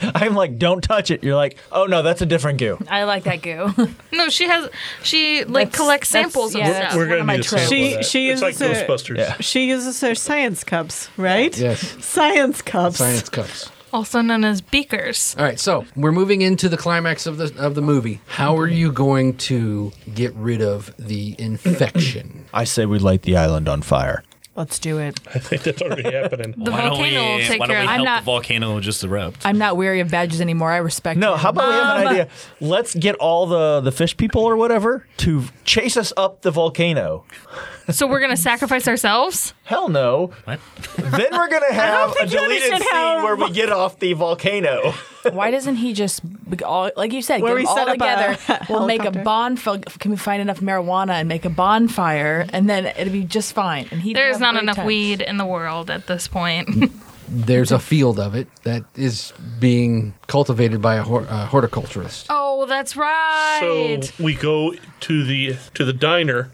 Speaker 8: I'm like, don't touch it. You're like, oh no, that's a different goo.
Speaker 11: I like that goo.
Speaker 4: No, she has. She like
Speaker 11: That's-
Speaker 4: collects
Speaker 11: that's-
Speaker 4: samples of
Speaker 11: yeah,
Speaker 4: stuff.
Speaker 11: that's We're gonna one of my need a tropes. sample.
Speaker 7: She
Speaker 5: that.
Speaker 7: she
Speaker 5: It's
Speaker 7: uses
Speaker 5: like
Speaker 7: her-
Speaker 5: Ghostbusters. Yeah.
Speaker 7: She uses her science cups, right?
Speaker 2: Yes.
Speaker 7: Science cups.
Speaker 2: Science cups.
Speaker 4: Also known as beakers.
Speaker 2: All right, so we're moving into the climax of the of the movie. How are you going to get rid of the infection?
Speaker 8: I say we light the island on fire.
Speaker 11: Let's do it.
Speaker 5: I think that's already happening.
Speaker 11: The
Speaker 3: why don't we,
Speaker 11: volcano will take
Speaker 3: why don't
Speaker 11: care
Speaker 3: we
Speaker 11: of it.
Speaker 3: help
Speaker 11: I'm not-
Speaker 3: the volcano just erupt?
Speaker 11: I'm not weary of badges anymore. I respect.
Speaker 8: No, how about we have an
Speaker 11: Um,
Speaker 8: idea? Let's get all the the fish people or whatever to chase us up the volcano.
Speaker 4: So we're gonna sacrifice ourselves.
Speaker 8: Hell no.
Speaker 3: What?
Speaker 8: Then we're gonna have a
Speaker 11: think you
Speaker 8: deleted scene
Speaker 11: understand how-
Speaker 8: where we get off the volcano.
Speaker 11: Why doesn't he just we all like you said?
Speaker 7: Where
Speaker 11: get
Speaker 7: we
Speaker 11: them all
Speaker 7: set up
Speaker 11: together.
Speaker 7: a
Speaker 11: we'll make a
Speaker 7: helicopter.
Speaker 11: bonfire. Can we find enough marijuana and make a bonfire, and then it'll be just fine. And he
Speaker 4: There's not enough weed in the world at this point.
Speaker 2: There's a field of it that is being cultivated by a hor- uh, horticulturist.
Speaker 4: oh, that's right.
Speaker 5: So we go to the to the diner,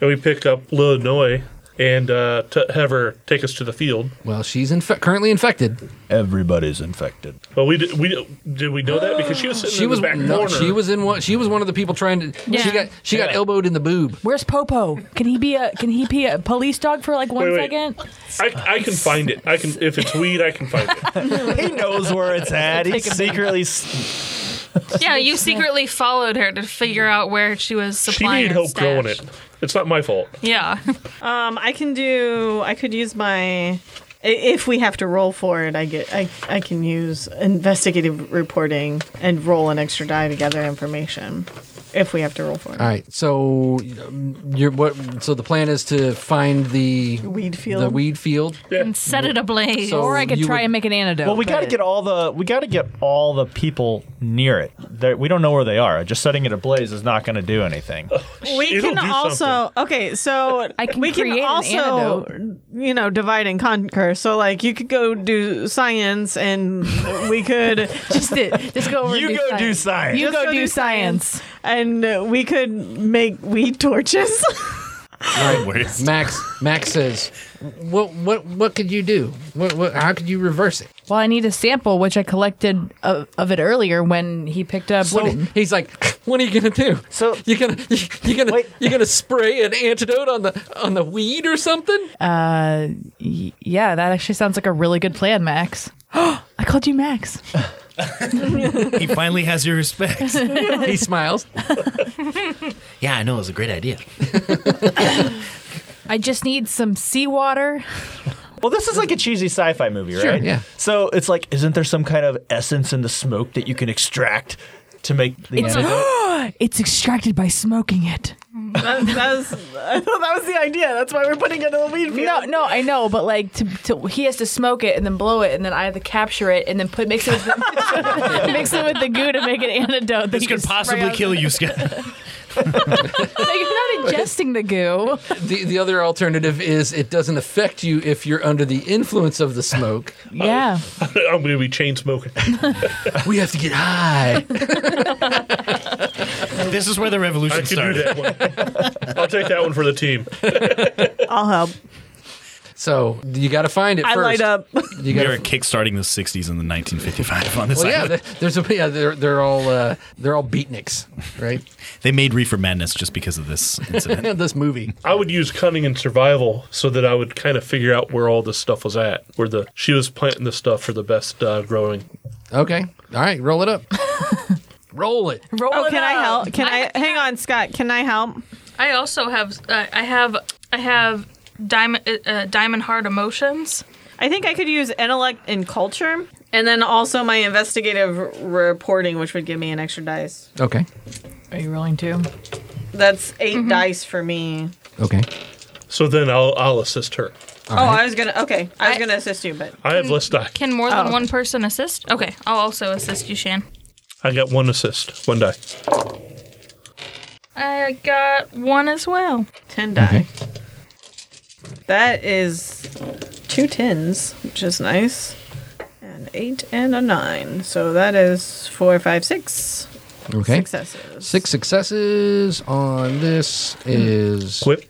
Speaker 5: and we pick up Lil Noy and uh, to have her take us to the field.
Speaker 2: Well, she's infe- currently infected.
Speaker 8: Everybody's infected.
Speaker 5: But we did, we did we know that because she was sitting
Speaker 2: She
Speaker 5: in
Speaker 2: was
Speaker 5: the back
Speaker 2: no,
Speaker 5: corner.
Speaker 2: she was in one. She was one of the people trying to. She
Speaker 4: Yeah.
Speaker 2: got she got elbowed in the boob.
Speaker 11: Where's Popo? Can he be a can he be a police dog for like one
Speaker 5: Wait, wait.
Speaker 11: second?
Speaker 5: I, I can find it. I can if it's weed, I can find it.
Speaker 8: he knows where it's at. He secretly. s-
Speaker 4: yeah, you secretly followed her to figure out where she was
Speaker 5: She
Speaker 4: supplying.
Speaker 5: needed
Speaker 4: her
Speaker 5: help
Speaker 4: stash.
Speaker 5: growing it. It's not my fault.
Speaker 4: Yeah.
Speaker 7: Um, I can do. I could use my. i- If we have to roll for it, I get. I I can use investigative reporting and roll an extra die to gather information. if we have to roll for it.
Speaker 2: All right. So you're what? So the plan is to find the
Speaker 7: weed
Speaker 2: The
Speaker 7: field.
Speaker 2: weed field.
Speaker 10: And set it ablaze.
Speaker 2: So
Speaker 10: or I could
Speaker 2: you
Speaker 10: try
Speaker 2: would-
Speaker 10: and make an antidote.
Speaker 8: Well, we got to get all the we got to get all the people near it. They're, we don't know where they are. Just setting it ablaze is not going to do anything.
Speaker 7: We
Speaker 8: It'll
Speaker 7: can
Speaker 8: do
Speaker 7: also Oh, okay, so
Speaker 10: I can
Speaker 7: we
Speaker 10: create an
Speaker 7: can also you know divide and conquer. So like you could go do science, and we could
Speaker 10: Just it. Just go over and
Speaker 8: science.
Speaker 10: You
Speaker 7: Let's
Speaker 10: go do science.
Speaker 7: and uh, we could make weed torches.
Speaker 2: All right. Max. Max says, "What? What? What could you do? What? What? How could you reverse it?"
Speaker 11: Well, I need a sample, which I collected of, of it earlier when he picked up.
Speaker 2: So
Speaker 11: Wooden.
Speaker 2: he's like, "What are you gonna do?
Speaker 8: So
Speaker 2: you're gonna you're gonna you're gonna spray an antidote on the on the weed or something?"
Speaker 11: Uh, y- yeah, that actually sounds like a really good plan, Max. I called you Max.
Speaker 14: he finally has your respect.
Speaker 2: he smiles.
Speaker 14: Yeah, I know. It was a great idea.
Speaker 11: I just need some seawater.
Speaker 8: Well, this is like a cheesy sci-fi movie,
Speaker 11: Sure,
Speaker 8: right?
Speaker 11: yeah.
Speaker 8: So it's like, isn't there some kind of essence in the smoke that you can extract to make the
Speaker 11: It's,
Speaker 8: antidote?
Speaker 11: it's extracted by smoking it.
Speaker 7: that, that was I thought that was the idea. That's why we're putting it in the weed
Speaker 11: No,
Speaker 7: field.
Speaker 11: no, I know, but like to, to he has to smoke it and then blow it and then I have to capture it and then put mix it with the, mix it with the goo to make an antidote. that
Speaker 14: This
Speaker 11: you
Speaker 14: could
Speaker 11: spray
Speaker 14: possibly
Speaker 11: on-
Speaker 14: kill you, Scott.
Speaker 11: No, you're not ingesting the goo.
Speaker 2: The the other alternative is it doesn't affect you if you're under the influence of the smoke.
Speaker 11: Yeah.
Speaker 5: I'm going to be chain smoking.
Speaker 2: we have to get high.
Speaker 14: This is where the revolution
Speaker 5: I can do
Speaker 14: started.
Speaker 5: that one. I'll take that one for the team.
Speaker 7: Uh, I'll help.
Speaker 2: So you got to find it
Speaker 7: I
Speaker 2: first.
Speaker 7: light up.
Speaker 2: You
Speaker 3: we
Speaker 2: got
Speaker 3: are kickstarting the '60s in the 1955 on this
Speaker 2: Well, yeah,
Speaker 3: island.
Speaker 2: there- there's a yeah, they're they're all uh, they're all beatniks, right?
Speaker 3: They made Reefer Madness just because of this incident.
Speaker 2: this movie.
Speaker 5: I would use cunning and survival so that I would kind of figure out where all this stuff was at, where the she was planting the stuff for the best uh, growing.
Speaker 2: Okay, all right, roll it up. roll it.
Speaker 11: Roll
Speaker 7: Oh,
Speaker 11: it
Speaker 7: can I
Speaker 11: up.
Speaker 7: help? Can I, hang on, Scott? Can I help?
Speaker 4: I also have uh, I have I have diamond uh, uh, diamond heart emotions.
Speaker 7: I think I could use intellect and culture, and then also my investigative reporting, which would give me an extra dice.
Speaker 2: Okay,
Speaker 11: Are you rolling too?
Speaker 7: That's 8 dice for me.
Speaker 2: okay.
Speaker 5: So then I'll I'll assist her.
Speaker 7: oh, I was gonna. Okay, I was gonna assist you, but
Speaker 5: I have less die.
Speaker 4: Can more than
Speaker 7: Oh.
Speaker 4: one person assist? Okay, I'll also assist you, Shan.
Speaker 5: I got one assist, one die.
Speaker 4: I got one as well.
Speaker 7: ten die. That is two tens, which is nice. An eight and a nine, so that is four, five, six
Speaker 2: Okay.
Speaker 7: successes.
Speaker 2: Six successes on this is
Speaker 5: Quip.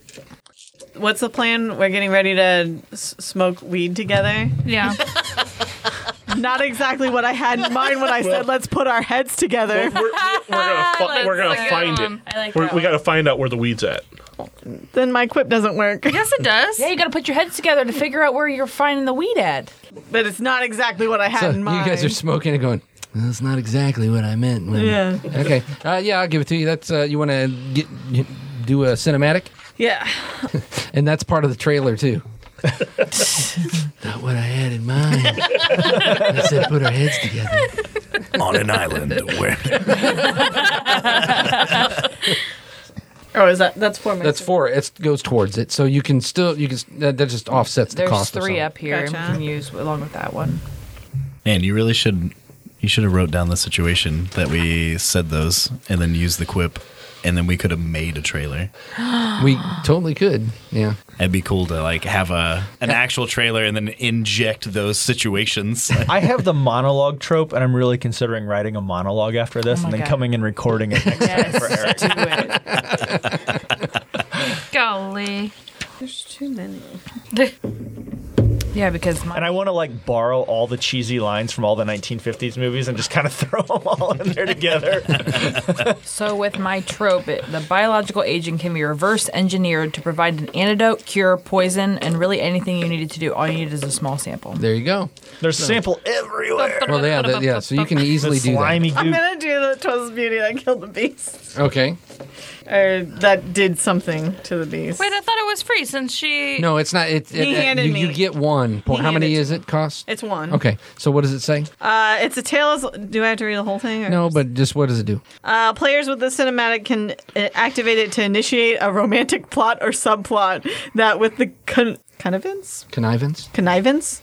Speaker 7: What's the plan? We're getting ready to s- smoke weed together.
Speaker 4: Yeah.
Speaker 7: Not exactly what I had in mind when I said let's put our heads together.
Speaker 5: We're, gonna, fi- we're gonna
Speaker 4: That's a good
Speaker 5: find
Speaker 4: one.
Speaker 5: it. We're, we got to find out where the weeds at.
Speaker 7: then my quip doesn't work.
Speaker 4: yes, it does.
Speaker 11: Yeah, you got to put your heads together to figure out where you're finding the weed at.
Speaker 7: But it's not exactly what I had
Speaker 2: So
Speaker 7: in
Speaker 2: you
Speaker 7: mind.
Speaker 2: guys are smoking and going. "Well, That's not exactly what I meant. when-"
Speaker 7: Yeah.
Speaker 2: Okay. Uh, yeah, I'll give it to you. That's uh, you want to get you- do a cinematic,
Speaker 7: Yeah.
Speaker 2: and that's part of the trailer too. not what I had in mind. I said put our heads together.
Speaker 14: on an island where
Speaker 7: Oh, is that that's four
Speaker 2: That's
Speaker 7: minutes?
Speaker 2: four. It goes towards it, so you can still you can that, that just offsets the
Speaker 11: There's
Speaker 2: cost. of
Speaker 11: three
Speaker 2: something.
Speaker 11: up here
Speaker 7: Gotcha.
Speaker 11: we can use along with that one.
Speaker 3: Man, you really should you should have wrote down the situation that we said those and then used the quip and then we could have made a trailer.
Speaker 2: We totally could. Yeah.
Speaker 3: It'd be cool to like have a an actual trailer and then inject those situations.
Speaker 8: I have the monologue trope, and I'm really considering writing a monologue after this,
Speaker 11: Oh my
Speaker 8: and then
Speaker 11: God.
Speaker 8: coming and recording it next time for Eric.
Speaker 11: do it.
Speaker 4: Golly.
Speaker 7: There's too many.
Speaker 11: Yeah, because my,
Speaker 8: And I want to like borrow all the cheesy lines from all the 1950s movies and just kind of throw them all in there together.
Speaker 11: so with my trope, it, the biological agent can be reverse engineered to provide an antidote, cure, poison, and really anything you needed to do. All you need is a small sample.
Speaker 2: There you go.
Speaker 8: There's sample everywhere.
Speaker 2: Well, yeah, that, yeah. So you can easily
Speaker 8: The
Speaker 2: do that.
Speaker 8: slimy
Speaker 7: I'm
Speaker 8: goo.
Speaker 7: gonna do the Twas Beauty that killed the beast.
Speaker 2: Okay.
Speaker 7: or that did something to the beast.
Speaker 4: Wait, I thought it was free since she.
Speaker 2: No, it's not. It, it,
Speaker 7: He handed
Speaker 2: you,
Speaker 7: me-
Speaker 2: you get one point. How
Speaker 7: handed
Speaker 2: many
Speaker 7: it
Speaker 2: is it cost?
Speaker 7: It's one.
Speaker 2: Okay. So what does it say?
Speaker 7: Uh, it's a tale. As, do I have to read the whole thing? Or?
Speaker 2: No, but just what does it do?
Speaker 7: Uh, players with this cinematic can uh, activate it to initiate a romantic plot or subplot that, with the con- connivance,
Speaker 2: Connivance?
Speaker 7: connivance,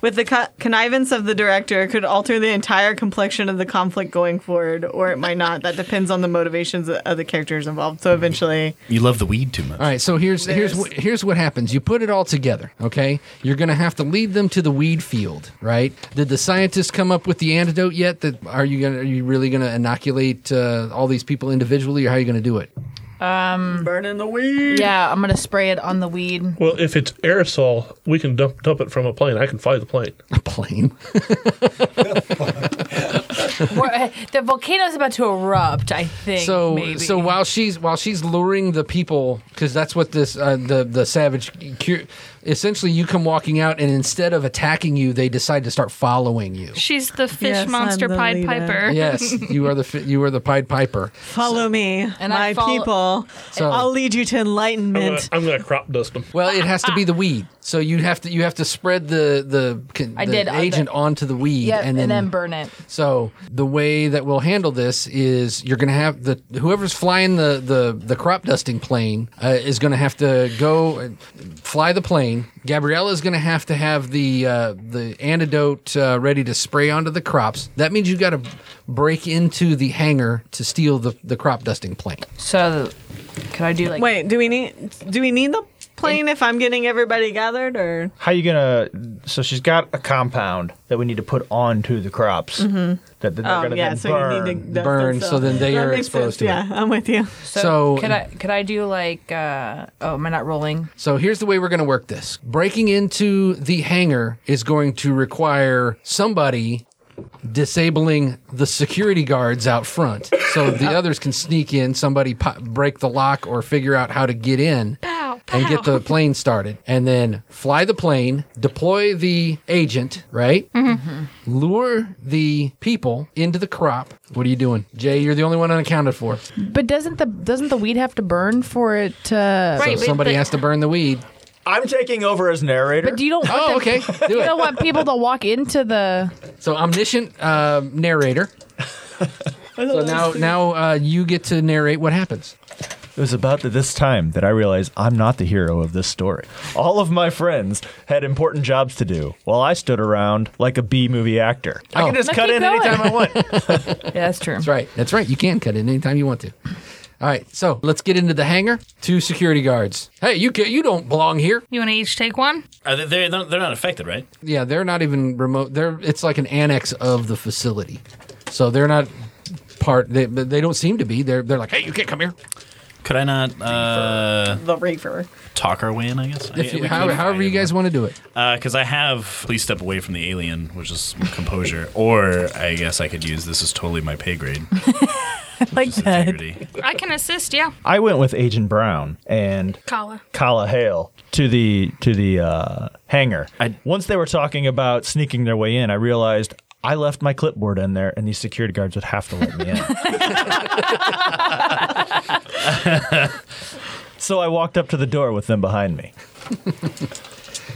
Speaker 7: with the co- connivance of the director, could alter the entire complexion of the conflict going forward, or it might not. That depends on the motivations of the characters involved. So eventually,
Speaker 3: You love the weed too much.
Speaker 2: All right, so here's here's
Speaker 7: There's-
Speaker 2: what here's what happens. You put it all together, okay? You're going to have to lead them to the weed field, right? Did the scientists come up with the antidote yet? That are you going to are you really going to inoculate uh, all these people individually or how are you going to do it?
Speaker 11: Um,
Speaker 7: burning the weed.
Speaker 11: Yeah, I'm gonna spray it on the weed.
Speaker 5: Well, if it's aerosol, we can dump dump it from a plane. I can fly the plane. A
Speaker 2: plane?
Speaker 11: We're- the volcano's about to erupt. I think.
Speaker 2: so
Speaker 11: maybe.
Speaker 2: so while she's while she's luring the people because that's what this uh, the the savage cu- essentially you come walking out and instead of attacking you they decide to start following you
Speaker 4: She's the fish
Speaker 7: Yes, I'm
Speaker 4: monster
Speaker 7: the
Speaker 4: Pied
Speaker 7: leader.
Speaker 4: Piper.
Speaker 2: yes you are the fi- you are the pied piper
Speaker 7: follow me, my
Speaker 4: follow-
Speaker 7: people.
Speaker 2: So-
Speaker 7: I'll lead you to
Speaker 5: I'm
Speaker 7: enlightenment.
Speaker 5: gonna, I'm gonna crop dust them.
Speaker 2: well it has to be the weed so you have to you have to spread the the, con-
Speaker 11: I
Speaker 2: the
Speaker 11: did, uh, the-
Speaker 2: agent onto the weed
Speaker 11: yeah,
Speaker 2: and then,
Speaker 11: burn it.
Speaker 2: so the way that we'll handle this is you're going to have the whoever's flying the the, the crop dusting plane uh, is going to have to go and fly the plane. Gabriella is going to have to have the uh, the antidote uh, ready to spray onto the crops. That means you got to break into the hangar to steal the, the crop dusting plane.
Speaker 11: So, can I do like?
Speaker 7: Wait, do we need do we need the plane if I'm getting everybody gathered or?
Speaker 8: How you gonna? Uh, So she's got a compound that we need to put onto the crops
Speaker 7: Mhm.
Speaker 8: that they're
Speaker 7: Oh
Speaker 8: gonna
Speaker 7: yeah,
Speaker 8: then
Speaker 7: so
Speaker 8: burn.
Speaker 7: you need to dust
Speaker 2: Burn, so
Speaker 7: themselves.
Speaker 2: then they
Speaker 7: That
Speaker 2: are
Speaker 7: makes
Speaker 2: exposed
Speaker 7: sense.
Speaker 2: to it.
Speaker 7: Yeah, I'm with you.
Speaker 2: So-
Speaker 11: could I could I do like? Uh, oh, am I not rolling?
Speaker 2: So here's the way we're going to work this. Breaking into the hangar is going to require somebody disabling the security guards out front so the others can sneak in, somebody po- break the lock or figure out how to get in and get the plane started and then fly the plane, deploy the agent, right? Lure the people into the crop. What are you doing? Jay, you're the only one unaccounted for.
Speaker 10: But doesn't the doesn't the weed have to burn for it to?
Speaker 2: so somebody has to burn the weed.
Speaker 8: I'm taking over as narrator.
Speaker 10: But you don't. Want
Speaker 2: Oh,
Speaker 10: them-
Speaker 2: okay. Do
Speaker 10: you
Speaker 2: it.
Speaker 10: don't want people to walk into the.
Speaker 2: So omniscient uh, narrator. so now, now uh, you get to narrate what happens.
Speaker 8: It was about at this time that I realized I'm not the hero of this story. All of my friends had important jobs to do, while I stood around like a B movie actor.
Speaker 7: Oh.
Speaker 8: I can just cut in anytime I want.
Speaker 11: yeah, that's true.
Speaker 2: That's right. That's right. You can cut in anytime you want to. All right. So let's get into the hangar. Two security guards. Hey, you can, you don't belong here.
Speaker 4: You want to each take one?
Speaker 3: Are they, Uh, they're, not- they're not affected, right?
Speaker 2: Yeah, they're not even remote. They're it's like an annex of the facility, so they're not part. They but they don't seem to be. They're they're like, hey, you can't come here.
Speaker 3: Could I not uh,
Speaker 7: the reefer
Speaker 3: talk our way in? I guess.
Speaker 2: If
Speaker 3: I,
Speaker 2: you, how, however you guys want to do it.
Speaker 3: Because I have please step away from the alien, which is composure, or I guess I could use this is totally my pay grade.
Speaker 11: like that.
Speaker 4: I can assist. Yeah,
Speaker 8: I went with Agent Brown and
Speaker 4: Kala.
Speaker 8: Kala Hale to the to the uh, hangar. Once they were talking about sneaking their way in, I realized I left my clipboard in there, and these security guards would have to let me in. so I walked up to the door with them behind me.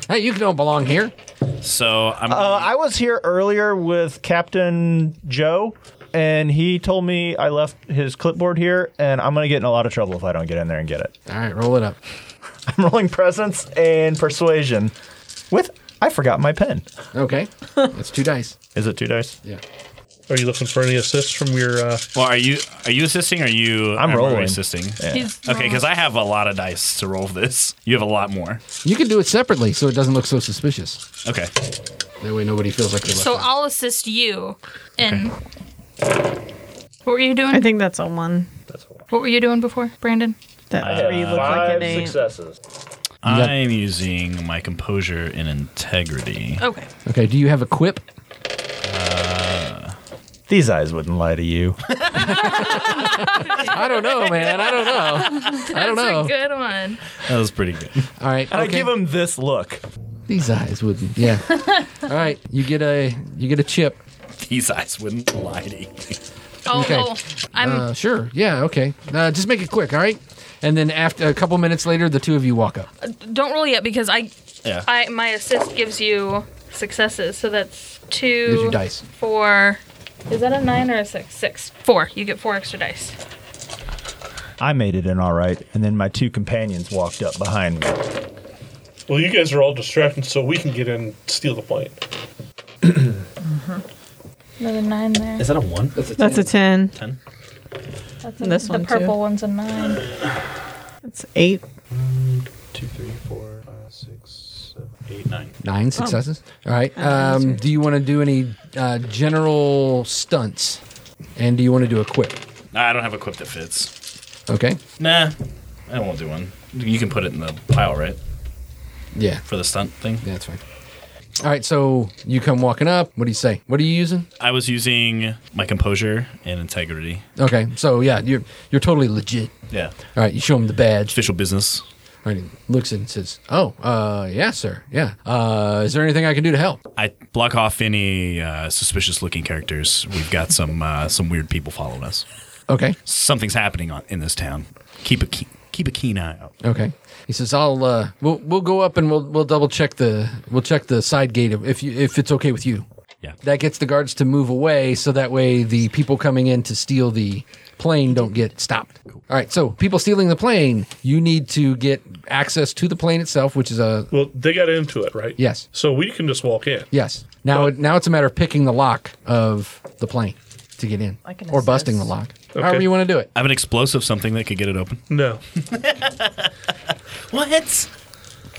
Speaker 2: Hey, you don't belong here.
Speaker 3: So I'm.
Speaker 8: Uh, I was here earlier with Captain Joe, and he told me I left his clipboard here, and I'm gonna get in a lot of trouble if I don't get in there and get it.
Speaker 2: All right, roll it up.
Speaker 8: I'm rolling presence and persuasion. With I forgot my pen.
Speaker 2: Okay, it's two dice.
Speaker 8: Is it two dice?
Speaker 2: Yeah.
Speaker 5: Are you looking for any assists from your? Uh...
Speaker 3: Well, are you are you assisting? Or are you?
Speaker 8: I'm
Speaker 3: already
Speaker 8: rolling.
Speaker 3: Assisting.
Speaker 8: Yeah.
Speaker 10: He's
Speaker 3: Okay, because I have a lot of dice to roll for this. You have a lot more.
Speaker 2: You can do it separately so it doesn't look so suspicious.
Speaker 3: Okay.
Speaker 2: That way nobody feels like they're left
Speaker 4: So
Speaker 2: out.
Speaker 4: I'll assist you. And what were you doing?
Speaker 7: I think that's a one.
Speaker 4: What were you doing before, Brandon?
Speaker 7: That three looked like an eight.
Speaker 8: successes.
Speaker 3: I'm using my composure and integrity.
Speaker 4: Okay.
Speaker 2: Okay, do you have a quip?
Speaker 8: These eyes wouldn't lie to you.
Speaker 2: I don't know, man. I don't know.
Speaker 4: That's
Speaker 2: I don't know.
Speaker 4: a good one.
Speaker 3: That was pretty good.
Speaker 2: All right.
Speaker 8: And I
Speaker 2: okay.
Speaker 8: give him this look.
Speaker 2: These eyes wouldn't. Yeah. All right. You get a you get a chip.
Speaker 3: These eyes wouldn't lie to you.
Speaker 4: Oh,
Speaker 2: okay.
Speaker 4: oh, I'm-
Speaker 2: Uh, sure. Yeah. Okay. Uh, just make it quick. All right. And then after a couple minutes later, the two of you walk up.
Speaker 4: Don't roll yet because I,
Speaker 2: Yeah.
Speaker 4: I my assist gives you successes, so that's two.
Speaker 2: Gives you dice.
Speaker 4: Four. Is that a nine or a six? Six. Four. You get four extra dice.
Speaker 8: I made it in all right, and then my two companions walked up behind me.
Speaker 5: Well, you guys are all distracted, so we can get in and steal the plane.
Speaker 4: Another nine there.
Speaker 5: that a one?
Speaker 7: That's a 10.
Speaker 5: Ten.
Speaker 4: That's
Speaker 7: And this
Speaker 4: the
Speaker 7: one, too.
Speaker 4: purple one's a nine.
Speaker 7: It's eight.
Speaker 14: Two, three, four, five, six, seven, eight, nine.
Speaker 4: Oh.
Speaker 2: Nine successes. All right. Um, do you want to do any uh, general stunts? And do you want to do a quip?
Speaker 3: Nah, I don't have a quip that fits.
Speaker 2: Okay.
Speaker 3: Nah, I won't do one. You can put it in the pile, right?
Speaker 2: Yeah.
Speaker 3: For the stunt thing.
Speaker 2: Yeah, that's fine. All right. So you come walking up. What do you say? What are you using?
Speaker 3: I was using my composure and integrity.
Speaker 2: Okay. So yeah, you're you're totally legit.
Speaker 3: Yeah.
Speaker 2: All right. You show him the badge.
Speaker 3: Official business.
Speaker 2: All right. He looks and says, "Oh, uh, yeah, sir. Yeah. Uh, is there anything I can do to help?"
Speaker 3: I block off any uh, suspicious-looking characters. We've got some uh, some weird people following us.
Speaker 2: Okay.
Speaker 3: Something's happening on, in this town. Keep a keen, keep a keen eye out.
Speaker 2: Okay. He says, "I'll uh, we'll we'll go up and we'll we'll double check the we'll check the side gate if you if it's okay with you."
Speaker 3: Yeah.
Speaker 2: That gets the guards to move away, so that way the people coming in to steal the plane don't get stopped. All right. So people stealing the plane, you need to get access to the plane itself, which is a
Speaker 5: Well, they got into it, right?
Speaker 2: Yes.
Speaker 5: So we can just walk in.
Speaker 2: yes. Now it, now it's a matter of picking the lock of the plane to get in,
Speaker 5: can
Speaker 2: or busting the
Speaker 5: assist.
Speaker 2: lock.
Speaker 5: Okay.
Speaker 2: However you want to do it.
Speaker 3: I have an explosive something that could get it open.
Speaker 5: No.
Speaker 11: What?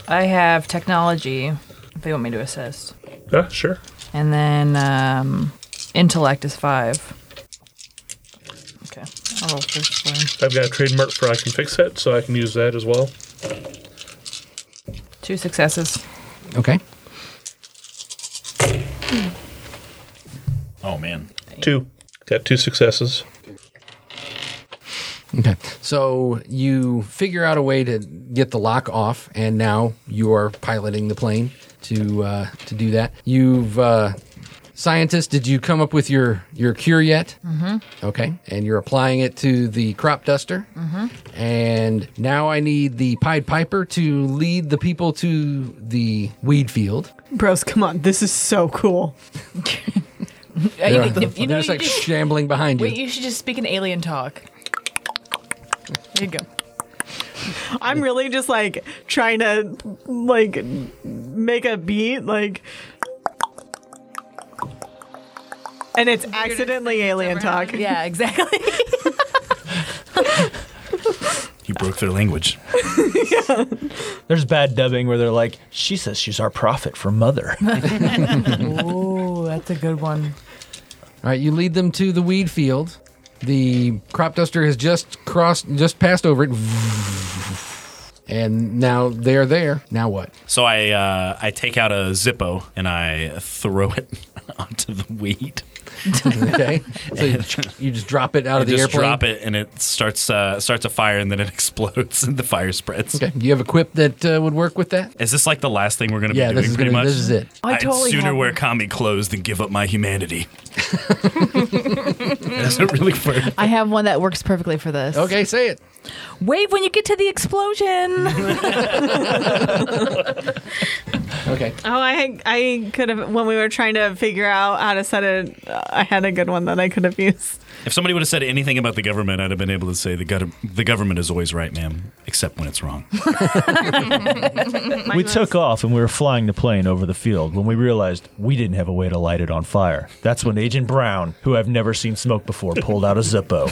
Speaker 11: I have technology. If they want me to assist.
Speaker 5: Yeah, sure.
Speaker 11: And then um, intellect is five. Okay. I'll roll first one.
Speaker 5: I've got a trademark for I can fix that, so I can use that as well.
Speaker 11: Two successes.
Speaker 2: Okay.
Speaker 3: Oh man.
Speaker 5: Two. Got two successes.
Speaker 2: Okay. So you figure out a way to get the lock off, and now you are piloting the plane to uh, to do that. You've uh, scientist, did you come up with your your cure yet?
Speaker 10: Mm-hmm.
Speaker 2: Okay, and you're applying it to the crop duster.
Speaker 11: Mm-hmm.
Speaker 10: Mhm.
Speaker 2: And now I need the Pied Piper to lead the people to the weed field.
Speaker 7: Bros, come on. This is so cool.
Speaker 2: They're-
Speaker 11: if- if- you know
Speaker 2: they're just
Speaker 11: you
Speaker 2: like
Speaker 11: just-
Speaker 2: shambling behind you.
Speaker 11: Wait, you should just speak an alien talk. There you go.
Speaker 7: I'm really just like trying to like make a beat, like. And it's accidentally alien talk.
Speaker 11: Yeah, exactly.
Speaker 3: You broke their language.
Speaker 9: There's bad dubbing where they're like, she says she's our prophet for mother.
Speaker 11: Ooh, that's a good one.
Speaker 2: All right, you lead them to the weed field. The crop duster has just crossed, just passed over it, and now they're there. Now what?
Speaker 3: So I uh, I take out a Zippo and I throw it onto the weed.
Speaker 2: Okay, so you, you just drop it out of
Speaker 3: I
Speaker 2: the
Speaker 3: just
Speaker 2: airplane.
Speaker 3: drop it and it starts uh, starts a fire and then it explodes and the fire spreads.
Speaker 2: Okay, do you have a quip that uh, would work with that?
Speaker 3: Is this like the last thing we're going to
Speaker 2: Yeah,
Speaker 3: be
Speaker 2: this
Speaker 3: doing?
Speaker 2: is
Speaker 3: pretty
Speaker 2: gonna-
Speaker 3: much.
Speaker 2: this is it. I
Speaker 3: I'd
Speaker 2: totally
Speaker 3: sooner
Speaker 2: have
Speaker 3: wear commie clothes than give up my humanity. That's not really work.
Speaker 10: I have one that works perfectly for this.
Speaker 2: Okay, say it.
Speaker 11: Wave when you get to the explosion.
Speaker 2: Okay.
Speaker 7: Oh, I I could have when we were trying to figure out how to set it. I had a good one that I could have used.
Speaker 3: If somebody would have said anything about the government, I'd have been able to say the, gov- the government is always right, ma'am, except when it's wrong.
Speaker 8: we took off and we were flying the plane over the field when we realized we didn't have a way to light it on fire. That's when Agent Brown, who I've never seen smoke before, pulled out a Zippo.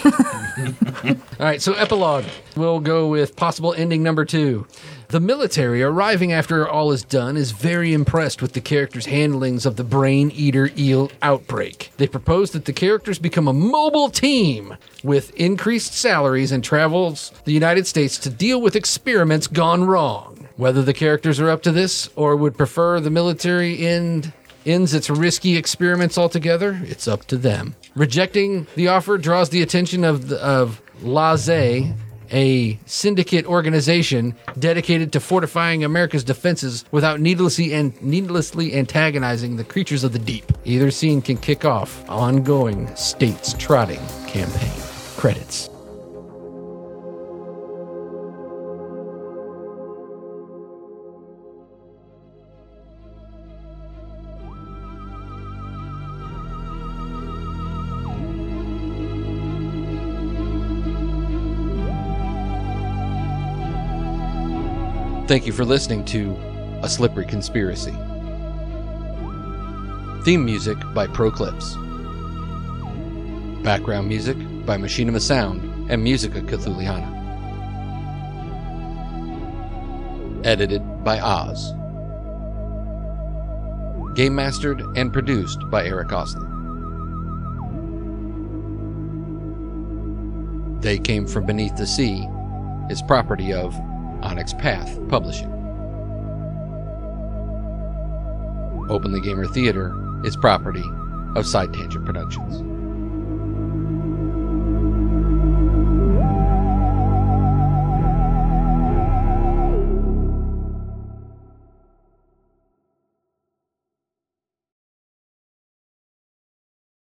Speaker 2: All right, so epilogue. We'll go with possible ending number two. The military, arriving after all is done, is very impressed with the characters' handlings of the brain eater eel outbreak. They propose that the characters become a mobile team with increased salaries and travels the United States to deal with experiments gone wrong. Whether the characters are up to this or would prefer the military end ends its risky experiments altogether, it's up to them. Rejecting the offer draws the attention of the, of Laze a syndicate organization dedicated to fortifying America's defenses without needlessly and needlessly antagonizing the creatures of the deep. Either scene can kick off ongoing states trotting campaign. Credits. Thank you for listening to A Slippery Conspiracy. Theme music by Proclips. Background music by Machinima Sound and Musica Cthuliana. Edited by Oz. Game mastered and produced by Eric Austin. They Came From Beneath the Sea is property of Onyx Path Publishing. Openly Gamer Theater is property of Side Tangent Productions.